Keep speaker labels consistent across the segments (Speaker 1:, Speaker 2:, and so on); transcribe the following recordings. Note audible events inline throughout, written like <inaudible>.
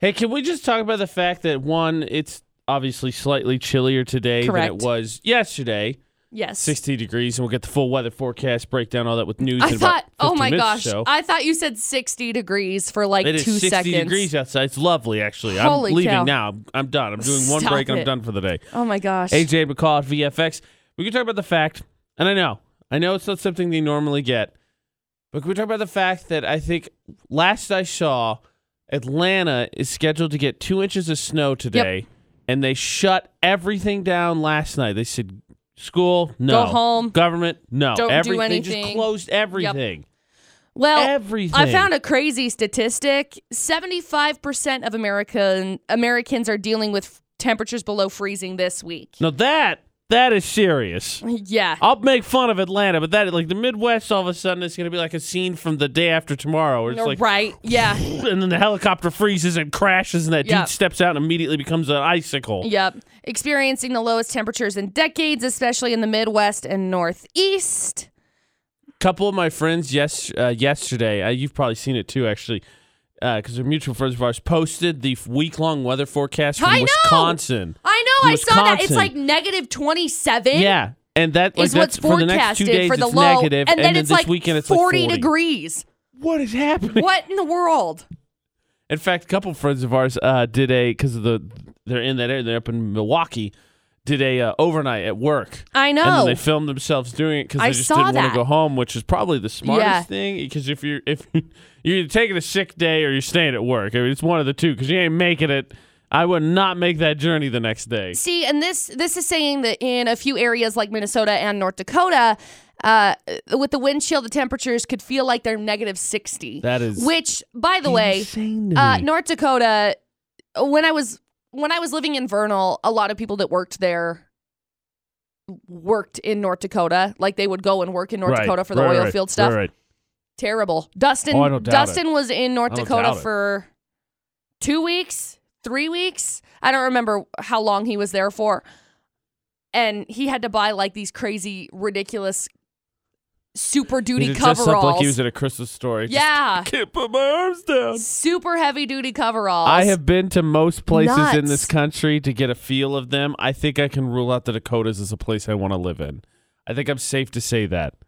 Speaker 1: Hey, can we just talk about the fact that one, it's obviously slightly chillier today than
Speaker 2: Correct.
Speaker 1: it was yesterday,
Speaker 2: Yes.
Speaker 1: 60 degrees, and we'll get the full weather forecast, breakdown, all that with news.
Speaker 2: I
Speaker 1: in about
Speaker 2: thought, oh
Speaker 1: 15
Speaker 2: my
Speaker 1: minutes or
Speaker 2: gosh,
Speaker 1: so.
Speaker 2: I thought you said 60 degrees for like
Speaker 1: it is
Speaker 2: two
Speaker 1: 60
Speaker 2: seconds.
Speaker 1: degrees outside. It's lovely, actually.
Speaker 2: Holy
Speaker 1: I'm leaving
Speaker 2: cow.
Speaker 1: now. I'm- I'm done. I'm doing one
Speaker 2: Stop
Speaker 1: break. I'm
Speaker 2: it.
Speaker 1: done for the day.
Speaker 2: Oh my gosh.
Speaker 1: AJ McCall at VFX. We can talk about the fact, and I know, I know it's not something they normally get, but can we talk about the fact that I think last I saw, Atlanta is scheduled to get two inches of snow today, and they shut everything down last night. They said school, no,
Speaker 2: home.
Speaker 1: government, no,
Speaker 2: Don't do
Speaker 1: everything just
Speaker 2: anything.
Speaker 1: closed everything.
Speaker 2: well,
Speaker 1: Everything.
Speaker 2: I found a crazy statistic. 75% of American Americans are dealing with temperatures below freezing this week.
Speaker 1: now that that is serious.
Speaker 2: Yeah.
Speaker 1: I'll make fun of Atlanta, but that like the Midwest all of a sudden is going to be like a scene from the day after tomorrow. Where it's like
Speaker 2: right. Yeah.
Speaker 1: <clears throat> and then the helicopter freezes and crashes, and that
Speaker 2: Yeah.
Speaker 1: dude steps out and immediately becomes an icicle.
Speaker 2: Yep. Experiencing the lowest temperatures in decades, especially in the Midwest and Northeast.
Speaker 1: couple of my friends yes uh, yesterday, uh, you've probably seen it too, actually, because they're mutual friends of ours, posted the week long weather forecast from
Speaker 2: I know!
Speaker 1: Wisconsin.
Speaker 2: I know. I saw that. It's
Speaker 1: Wisconsin.
Speaker 2: like negative 27.
Speaker 1: Yeah, and that like,
Speaker 2: is what's
Speaker 1: that's for the next two
Speaker 2: forecasted
Speaker 1: days
Speaker 2: for the
Speaker 1: it's
Speaker 2: low,
Speaker 1: negative,
Speaker 2: and then, it's
Speaker 1: this
Speaker 2: like
Speaker 1: weekend it's
Speaker 2: 40
Speaker 1: like 40 <laughs>
Speaker 2: degrees.
Speaker 1: What is happening?
Speaker 2: What in the world?
Speaker 1: In fact, a couple of friends of ours uh, did a because of the they're in that area, they're up in Milwaukee, did a uh, overnight at work.
Speaker 2: I
Speaker 1: And then
Speaker 2: know.
Speaker 1: they filmed themselves doing it because
Speaker 2: I
Speaker 1: they just
Speaker 2: saw
Speaker 1: didn't want to
Speaker 2: that.
Speaker 1: go home, which is probably the smartest
Speaker 2: Yeah.
Speaker 1: thing. Because if you're if <laughs> you're either taking a sick day or you're staying at work, I mean, it's one of the two. Because you ain't making it. I would not make that journey the next day.
Speaker 2: See, and this this is saying that in a few areas like Minnesota and North Dakota, uh, with the wind chill, the temperatures could feel like they're negative 60.
Speaker 1: That is
Speaker 2: which, by the way,
Speaker 1: insane to
Speaker 2: uh,
Speaker 1: me.
Speaker 2: North Dakota. When I was when I was living in Vernal, a lot of people that worked there worked in North Dakota. Like they would go and work in North
Speaker 1: Right,
Speaker 2: Dakota for the
Speaker 1: right,
Speaker 2: oil
Speaker 1: right,
Speaker 2: field stuff.
Speaker 1: right, right.
Speaker 2: Terrible. Dustin.
Speaker 1: Oh, I don't doubt
Speaker 2: Dustin was in North
Speaker 1: I don't
Speaker 2: Dakota
Speaker 1: doubt it.
Speaker 2: for two weeks, three weeks. I don't remember how long he was there for, and he had to buy like these crazy, ridiculous, super
Speaker 1: He
Speaker 2: duty
Speaker 1: just dressed up
Speaker 2: coveralls.
Speaker 1: like he was at a Christmas store. He just
Speaker 2: yeah,
Speaker 1: can't put my arms down.
Speaker 2: super heavy duty coveralls.
Speaker 1: I have been to most places in this
Speaker 2: Nuts.
Speaker 1: country to get a feel of them. I think I can rule out the Dakotas as a place I want to live in. I think I'm safe to say that. I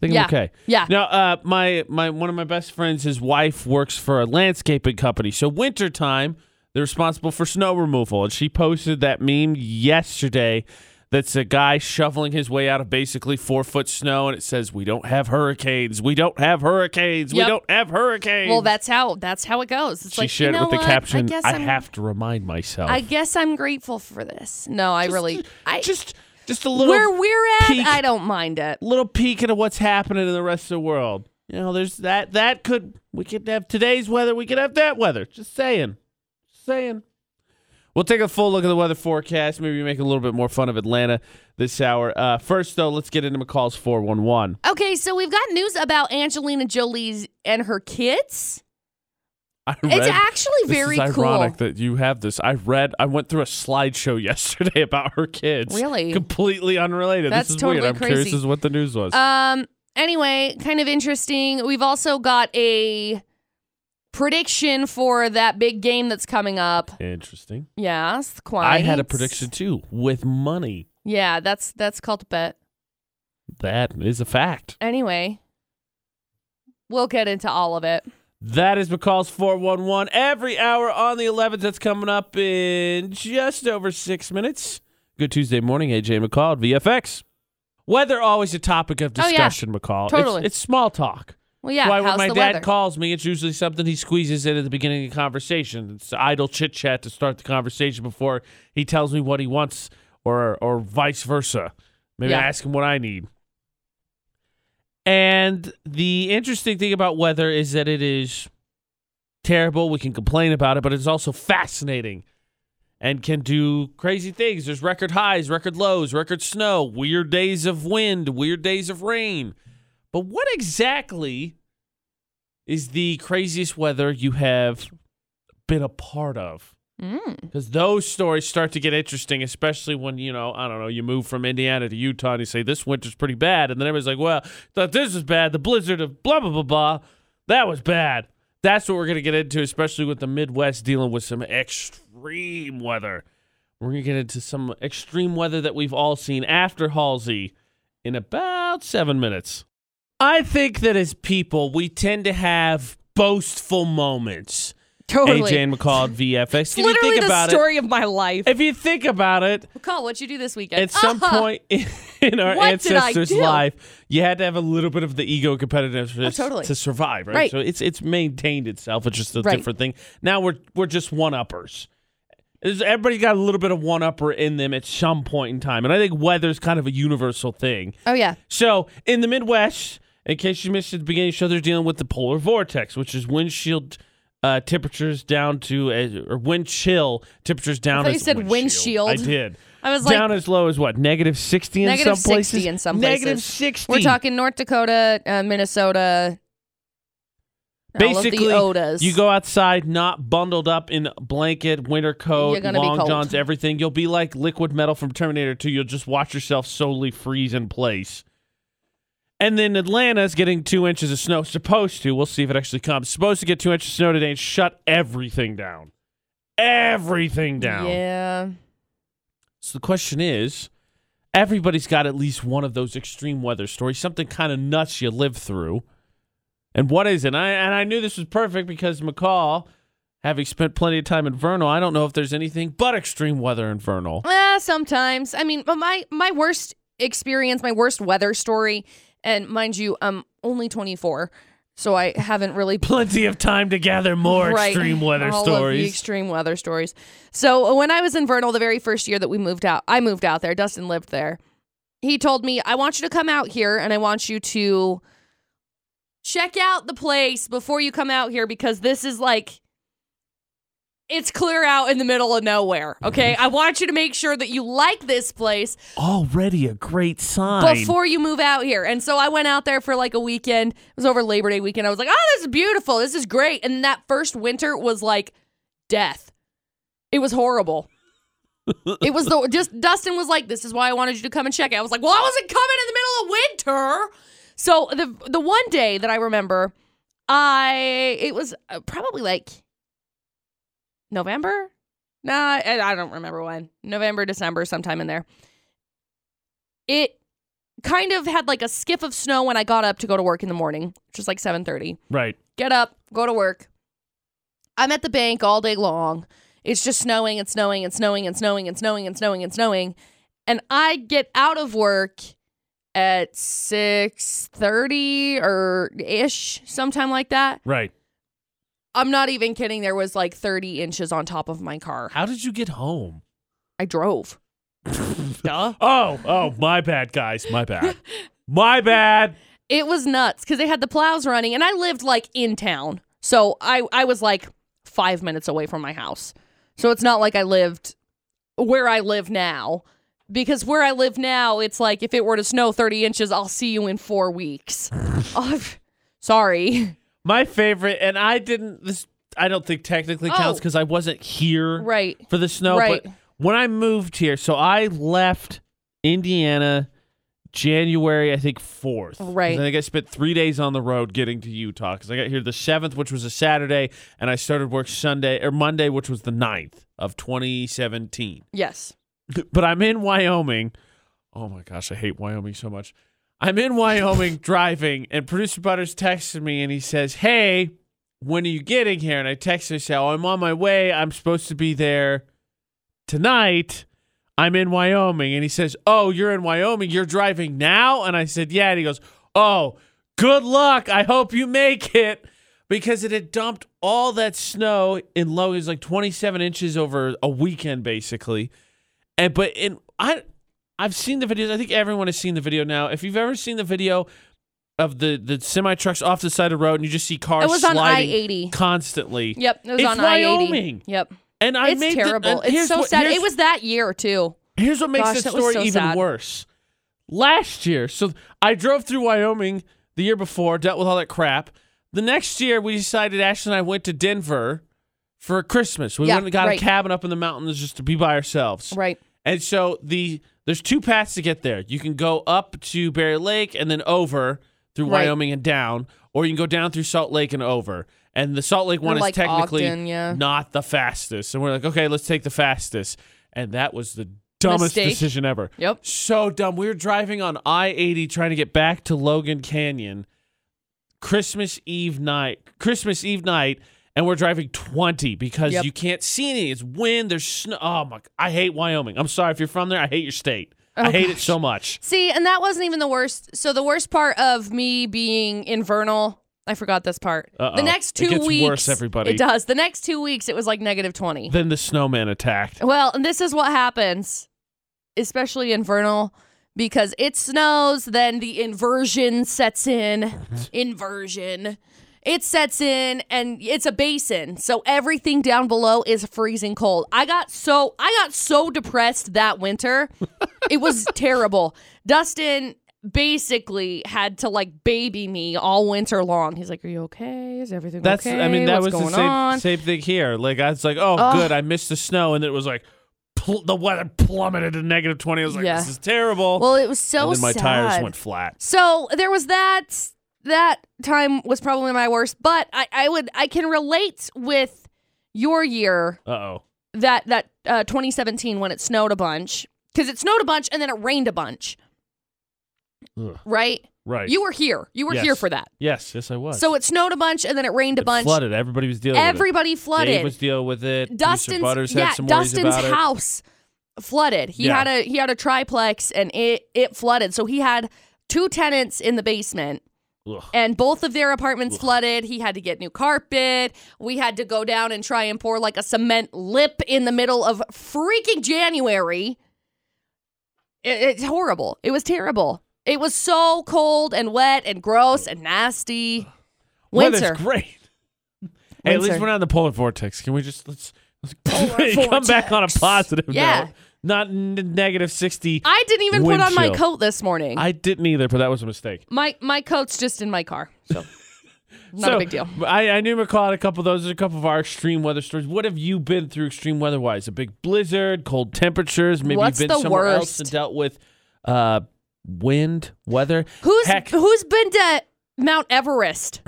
Speaker 1: think
Speaker 2: Yeah.
Speaker 1: I'm okay.
Speaker 2: Yeah.
Speaker 1: Now, uh, my my one of my best friends, his wife works for a landscaping company. So wintertime, they're responsible for snow removal, and she posted that meme yesterday. That's a guy shoveling his way out of basically four foot snow, and it says, "We don't have hurricanes. We don't have hurricanes.
Speaker 2: Yep.
Speaker 1: We don't have hurricanes."
Speaker 2: Well, that's how that's how it goes. It's
Speaker 1: she
Speaker 2: like
Speaker 1: shared
Speaker 2: you know
Speaker 1: with the
Speaker 2: what? I,
Speaker 1: caption,
Speaker 2: guess
Speaker 1: I
Speaker 2: I'm-
Speaker 1: have to remind myself.
Speaker 2: I guess I'm grateful for this. No, I really. I
Speaker 1: just just a little
Speaker 2: where we're at,
Speaker 1: peek-
Speaker 2: I don't mind it.
Speaker 1: little peek into what's happening in the rest of the world. You know, there's that that could we could have today's weather, we could have that weather. Just saying. Just saying. We'll take a full look at the weather forecast. Maybe make a little bit more fun of Atlanta this hour. Uh, first, though, let's get into McCall's 411.
Speaker 2: Okay, so we've got news about Angelina Jolie's and her kids.
Speaker 1: <laughs> I
Speaker 2: It's actually
Speaker 1: this
Speaker 2: very
Speaker 1: is
Speaker 2: cool.
Speaker 1: ironic that you have this. I read, I went through a slideshow <laughs> yesterday about her kids.
Speaker 2: Really?
Speaker 1: Completely unrelated.
Speaker 2: That's
Speaker 1: this is
Speaker 2: totally
Speaker 1: weird. I'm curious
Speaker 2: crazy.
Speaker 1: as what the news was.
Speaker 2: Um. Anyway, kind of interesting. We've also got a prediction for that big game that's coming up.
Speaker 1: Interesting.
Speaker 2: Yes, quite.
Speaker 1: I had a prediction too with money.
Speaker 2: Yeah, that's that's called a bet.
Speaker 1: That is a fact.
Speaker 2: Anyway, we'll get into all of it.
Speaker 1: That is McCall's 411 every hour on the 11th. That's coming up in just over six minutes. Good Tuesday morning, AJ McCall at VFX. Weather always a topic of
Speaker 2: Oh, yeah.
Speaker 1: discussion, McCall. It's-
Speaker 2: Totally.
Speaker 1: It's, small talk.
Speaker 2: Well, yeah.
Speaker 1: Why when
Speaker 2: how's
Speaker 1: my
Speaker 2: the
Speaker 1: dad
Speaker 2: weather?
Speaker 1: calls me, it's usually something he squeezes in at the beginning of the conversation. It's idle chit chat to start the conversation before he tells me what he wants, or or vice versa. Maybe
Speaker 2: Yeah.
Speaker 1: I ask him what I need. And the interesting thing about weather is that it is terrible. We can complain about it, but it's also fascinating and can do crazy things. There's record highs, record lows, record snow, weird days of wind, weird days of rain. But what exactly is the craziest weather you have been a part of?
Speaker 2: Mm.
Speaker 1: Because those stories start to get interesting, especially when, you know, I don't know, you move from Indiana to Utah and you say, this winter's pretty bad. And then everybody's like, well, thought this was bad. The blizzard of blah, blah, blah, blah. That was bad. That's what we're going to get into, especially with the Midwest dealing with some extreme weather. We're going to get into some extreme weather that we've all seen after Halsey in about seven minutes. I think that as people, we tend to have boastful moments.
Speaker 2: Totally.
Speaker 1: AJ and McCall at VFX. If you
Speaker 2: Literally
Speaker 1: think
Speaker 2: the
Speaker 1: about
Speaker 2: story of my life.
Speaker 1: it, if you think about it,
Speaker 2: Call what you do this weekend.
Speaker 1: at some
Speaker 2: <laughs> Uh-huh.
Speaker 1: point <laughs> in, in our
Speaker 2: What did I
Speaker 1: ancestors'
Speaker 2: do?
Speaker 1: life, you had to have a little bit of the ego competitiveness
Speaker 2: Oh, totally.
Speaker 1: to survive, right?
Speaker 2: Right.
Speaker 1: So it's it's maintained itself. It's just a
Speaker 2: Right.
Speaker 1: different thing. Now we're we're just one uppers. Everybody got a little bit of one upper in them at some point in time, and I think weather's kind of a universal thing.
Speaker 2: Oh yeah.
Speaker 1: So in the Midwest, in case you missed it at the beginning of the show, they're dealing with the polar vortex, which is windshield uh, temperatures down to uh, or wind chill temperatures down.
Speaker 2: thought
Speaker 1: as
Speaker 2: you said
Speaker 1: windshield.
Speaker 2: windshield.
Speaker 1: I did.
Speaker 2: I was like
Speaker 1: down as low as what? Negative sixty in
Speaker 2: Negative
Speaker 1: some places.
Speaker 2: 60 in some
Speaker 1: Negative
Speaker 2: places.
Speaker 1: sixty.
Speaker 2: we're talking North Dakota, uh, Minnesota.
Speaker 1: Basically,
Speaker 2: all of the Odas.
Speaker 1: You go outside, not bundled up in blanket, winter
Speaker 2: You're
Speaker 1: coat,
Speaker 2: gonna be
Speaker 1: long
Speaker 2: cold.
Speaker 1: johns, everything. You'll be like liquid metal from Terminator 2. You'll just watch yourself slowly freeze in place. And then Atlanta's getting two inches of snow. Supposed to. We'll see if it actually comes. Supposed to get two inches of snow today and shut everything down. Everything down.
Speaker 2: Yeah.
Speaker 1: So the question is, everybody's got at least one of those extreme weather stories, something kind of nuts you live through. And what is it? And I, and I knew this was perfect because McCall, having spent plenty of time in Vernal, I don't know if there's anything but extreme weather in Vernal.
Speaker 2: Eh, sometimes. I mean, but my my worst experience, my worst weather story, and mind you, I'm only 24, so I haven't really
Speaker 1: Plenty of time to gather more
Speaker 2: Right.
Speaker 1: extreme weather
Speaker 2: All Of the
Speaker 1: stories.
Speaker 2: extreme weather stories. So uh, when I was in Vernal, the very first year that we moved out, I moved out there. Dustin lived there. He told me, "I want you to come out here, and I want you to check out the place before you come out here because this is like." It's clear out in the middle of nowhere. Okay. I want you to make sure that you like this place
Speaker 1: Already a great sign.
Speaker 2: before you move out here. And so I went out there for like a weekend. It was over Labor Day weekend. I was like, oh, this is beautiful. This is great. And that first winter was like death. It was horrible. it was the just Dustin was like, this is why I wanted you to come and check it. I was like, well, I wasn't coming in the middle of winter. So the the one day that I remember, I it was uh, probably like November. Nah, I I don't remember when. November, December, sometime in there. It kind of had like a skiff of snow when I got up to go to work in the morning, which was like 7:30.
Speaker 1: right.
Speaker 2: Get up, go to work. I'm at the bank all day long. It's just snowing and snowing and snowing and snowing and snowing and snowing and snowing. And I get out of work at 6:30 or ish, sometime like that.
Speaker 1: Right.
Speaker 2: I'm not even kidding, there was like 30 inches on top of my car.
Speaker 1: How did you get home?
Speaker 2: I drove. Duh.
Speaker 1: <laughs> Oh, oh, my bad, guys. My bad. my bad.
Speaker 2: It was nuts because they had the plows running, and I lived like in town, so I I was like five minutes away from my house. So it's not like I lived where I live now, because where I live now, it's like if it were to snow thirty inches, I'll see you in four weeks. <laughs> Oh, sorry,
Speaker 1: My favorite, and I didn't. This I don't think technically counts
Speaker 2: Oh.
Speaker 1: because I wasn't here
Speaker 2: right?
Speaker 1: for the snow.
Speaker 2: Right.
Speaker 1: But when I moved here, so I left Indiana January, I think fourth. 'Cause
Speaker 2: Right.
Speaker 1: I think I spent three days on the road getting to Utah because I got here the seventh, which was a Saturday, and I started work Sunday or Monday, which was the 9th of 2017.
Speaker 2: Yes.
Speaker 1: <laughs> But I'm in Wyoming. Oh my gosh, I hate Wyoming so much. I'm in Wyoming driving, and producer Butters texted me and he says, Hey, when are you getting here? And I text him and say, Oh, I'm on my way. I'm supposed to be there tonight. I'm in Wyoming. And he says, Oh, you're in Wyoming. You're driving now? And I said, Yeah. And he goes, Oh, good luck. I hope you make it. Because it had dumped all that snow in low, it was like 27 inches over a weekend, basically. And but in I I've seen the videos. I think everyone has seen the video now. If you've ever seen the video of the the semi trucks off the side of the road and you just see cars
Speaker 2: It was on I
Speaker 1: sliding
Speaker 2: eighty.
Speaker 1: constantly.
Speaker 2: Yep, it was
Speaker 1: It's
Speaker 2: on I eighty.
Speaker 1: Wyoming.
Speaker 2: Yep,
Speaker 1: And I
Speaker 2: it's
Speaker 1: made the-
Speaker 2: terrible.
Speaker 1: and
Speaker 2: it's
Speaker 1: here's
Speaker 2: so
Speaker 1: what-
Speaker 2: sad.
Speaker 1: here's-
Speaker 2: It was that year too.
Speaker 1: Here's what makes
Speaker 2: Gosh,
Speaker 1: this
Speaker 2: that was
Speaker 1: story
Speaker 2: so
Speaker 1: even
Speaker 2: sad.
Speaker 1: worse. Last year, so I drove through Wyoming the year before, dealt with all that crap. The next year, we decided Ashley and I went to Denver for Christmas. We
Speaker 2: Yeah,
Speaker 1: went and got
Speaker 2: right.
Speaker 1: a cabin up in the mountains just to be by ourselves.
Speaker 2: Right.
Speaker 1: And so the there's two paths to get there. You can go up to Bear Lake and then over through
Speaker 2: Right.
Speaker 1: Wyoming and down, or you can go down through Salt Lake and over. and the Salt Lake one
Speaker 2: Or,
Speaker 1: is
Speaker 2: like,
Speaker 1: technically
Speaker 2: Ogden, yeah.
Speaker 1: not the fastest. And we're like, okay, let's take the fastest. And that was the dumbest
Speaker 2: Mistake.
Speaker 1: decision ever.
Speaker 2: Yep.
Speaker 1: So dumb. We were driving on I 80 trying to get back to Logan Canyon Christmas Eve night, Christmas Eve night, and we're driving 20 because
Speaker 2: Yep.
Speaker 1: you can't see any. It's wind, there's snow. Oh my, I hate Wyoming. I'm sorry if you're from there. I hate your state. I
Speaker 2: Oh,
Speaker 1: hate it
Speaker 2: gosh.
Speaker 1: so much.
Speaker 2: See, and that wasn't even the worst. So the worst part of me being invernal, I forgot this part.
Speaker 1: Uh-oh.
Speaker 2: The next two
Speaker 1: It gets
Speaker 2: weeks,
Speaker 1: worse, everybody.
Speaker 2: It does. The next two weeks, it was like negative twenty.
Speaker 1: Then the snowman attacked.
Speaker 2: Well, and this is what happens, especially infernal, because it snows, then the inversion sets in.
Speaker 1: Mm-hmm.
Speaker 2: inversion. It sets in and it's a basin. So everything down below is freezing cold. I got so I got so depressed
Speaker 1: <laughs>
Speaker 2: that winter. it was terrible. Dustin basically had to like baby me all winter long. He's like, "Are you okay? Is everything
Speaker 1: That's
Speaker 2: okay?
Speaker 1: I mean that was
Speaker 2: What's
Speaker 1: the
Speaker 2: going
Speaker 1: same
Speaker 2: on?"
Speaker 1: same thing here. Like I was like, oh
Speaker 2: Ugh.
Speaker 1: good, I missed the snow, and then it was like pl- the weather plummeted to negative twenty. I was like,
Speaker 2: Yeah.
Speaker 1: this is terrible.
Speaker 2: well, it was so
Speaker 1: and then my
Speaker 2: sad.
Speaker 1: tires went flat.
Speaker 2: So there was that. That time was probably my worst, but I, I would I can relate with your year
Speaker 1: Uh oh.
Speaker 2: that that uh, 2017 when it snowed a bunch because it snowed a bunch and then it rained a bunch,
Speaker 1: Ugh.
Speaker 2: right?
Speaker 1: Right.
Speaker 2: You were here. You were
Speaker 1: Yes.
Speaker 2: here for that.
Speaker 1: yes, yes, I was.
Speaker 2: So it snowed a bunch and then it rained a
Speaker 1: It
Speaker 2: bunch.
Speaker 1: flooded. Everybody was dealing with
Speaker 2: Everybody
Speaker 1: it.
Speaker 2: flooded.
Speaker 1: Dave was dealing with it. Producer
Speaker 2: Dustin's
Speaker 1: Butters
Speaker 2: yeah,
Speaker 1: had some worries
Speaker 2: Dustin's
Speaker 1: about it.
Speaker 2: house flooded. He
Speaker 1: Yeah.
Speaker 2: had a he had a triplex and it it flooded. So he had two tenants in the basement.
Speaker 1: Ugh.
Speaker 2: And both of their apartments flooded. He had to get new carpet. We had to go down and try and pour like a cement lip in the middle of freaking January. It- it's horrible. It was terrible. It was so cold and wet and gross and nasty. Winter.
Speaker 1: Weather's
Speaker 2: <laughs>
Speaker 1: great. Hey, at least
Speaker 2: Winter.
Speaker 1: we're not in the polar vortex. Can we just let's, let's <laughs>
Speaker 2: Polar
Speaker 1: come back on a
Speaker 2: vortex.
Speaker 1: positive
Speaker 2: Yeah.
Speaker 1: note? Not n- negative sixty.
Speaker 2: I didn't even put
Speaker 1: Wind
Speaker 2: on my
Speaker 1: chill.
Speaker 2: coat this morning.
Speaker 1: I didn't either, but that was a mistake.
Speaker 2: My my coat's just in my car,
Speaker 1: <laughs>
Speaker 2: so not
Speaker 1: So,
Speaker 2: a big deal.
Speaker 1: I, I knew McCall had a couple of those. There's a couple of our extreme weather stories. What have you been through extreme weather wise? A big blizzard, cold temperatures. Maybe
Speaker 2: What's
Speaker 1: you've
Speaker 2: the
Speaker 1: been somewhere else
Speaker 2: worst?
Speaker 1: and dealt with uh, wind, weather.
Speaker 2: Who's
Speaker 1: Heck.
Speaker 2: who's been to Mount Everest?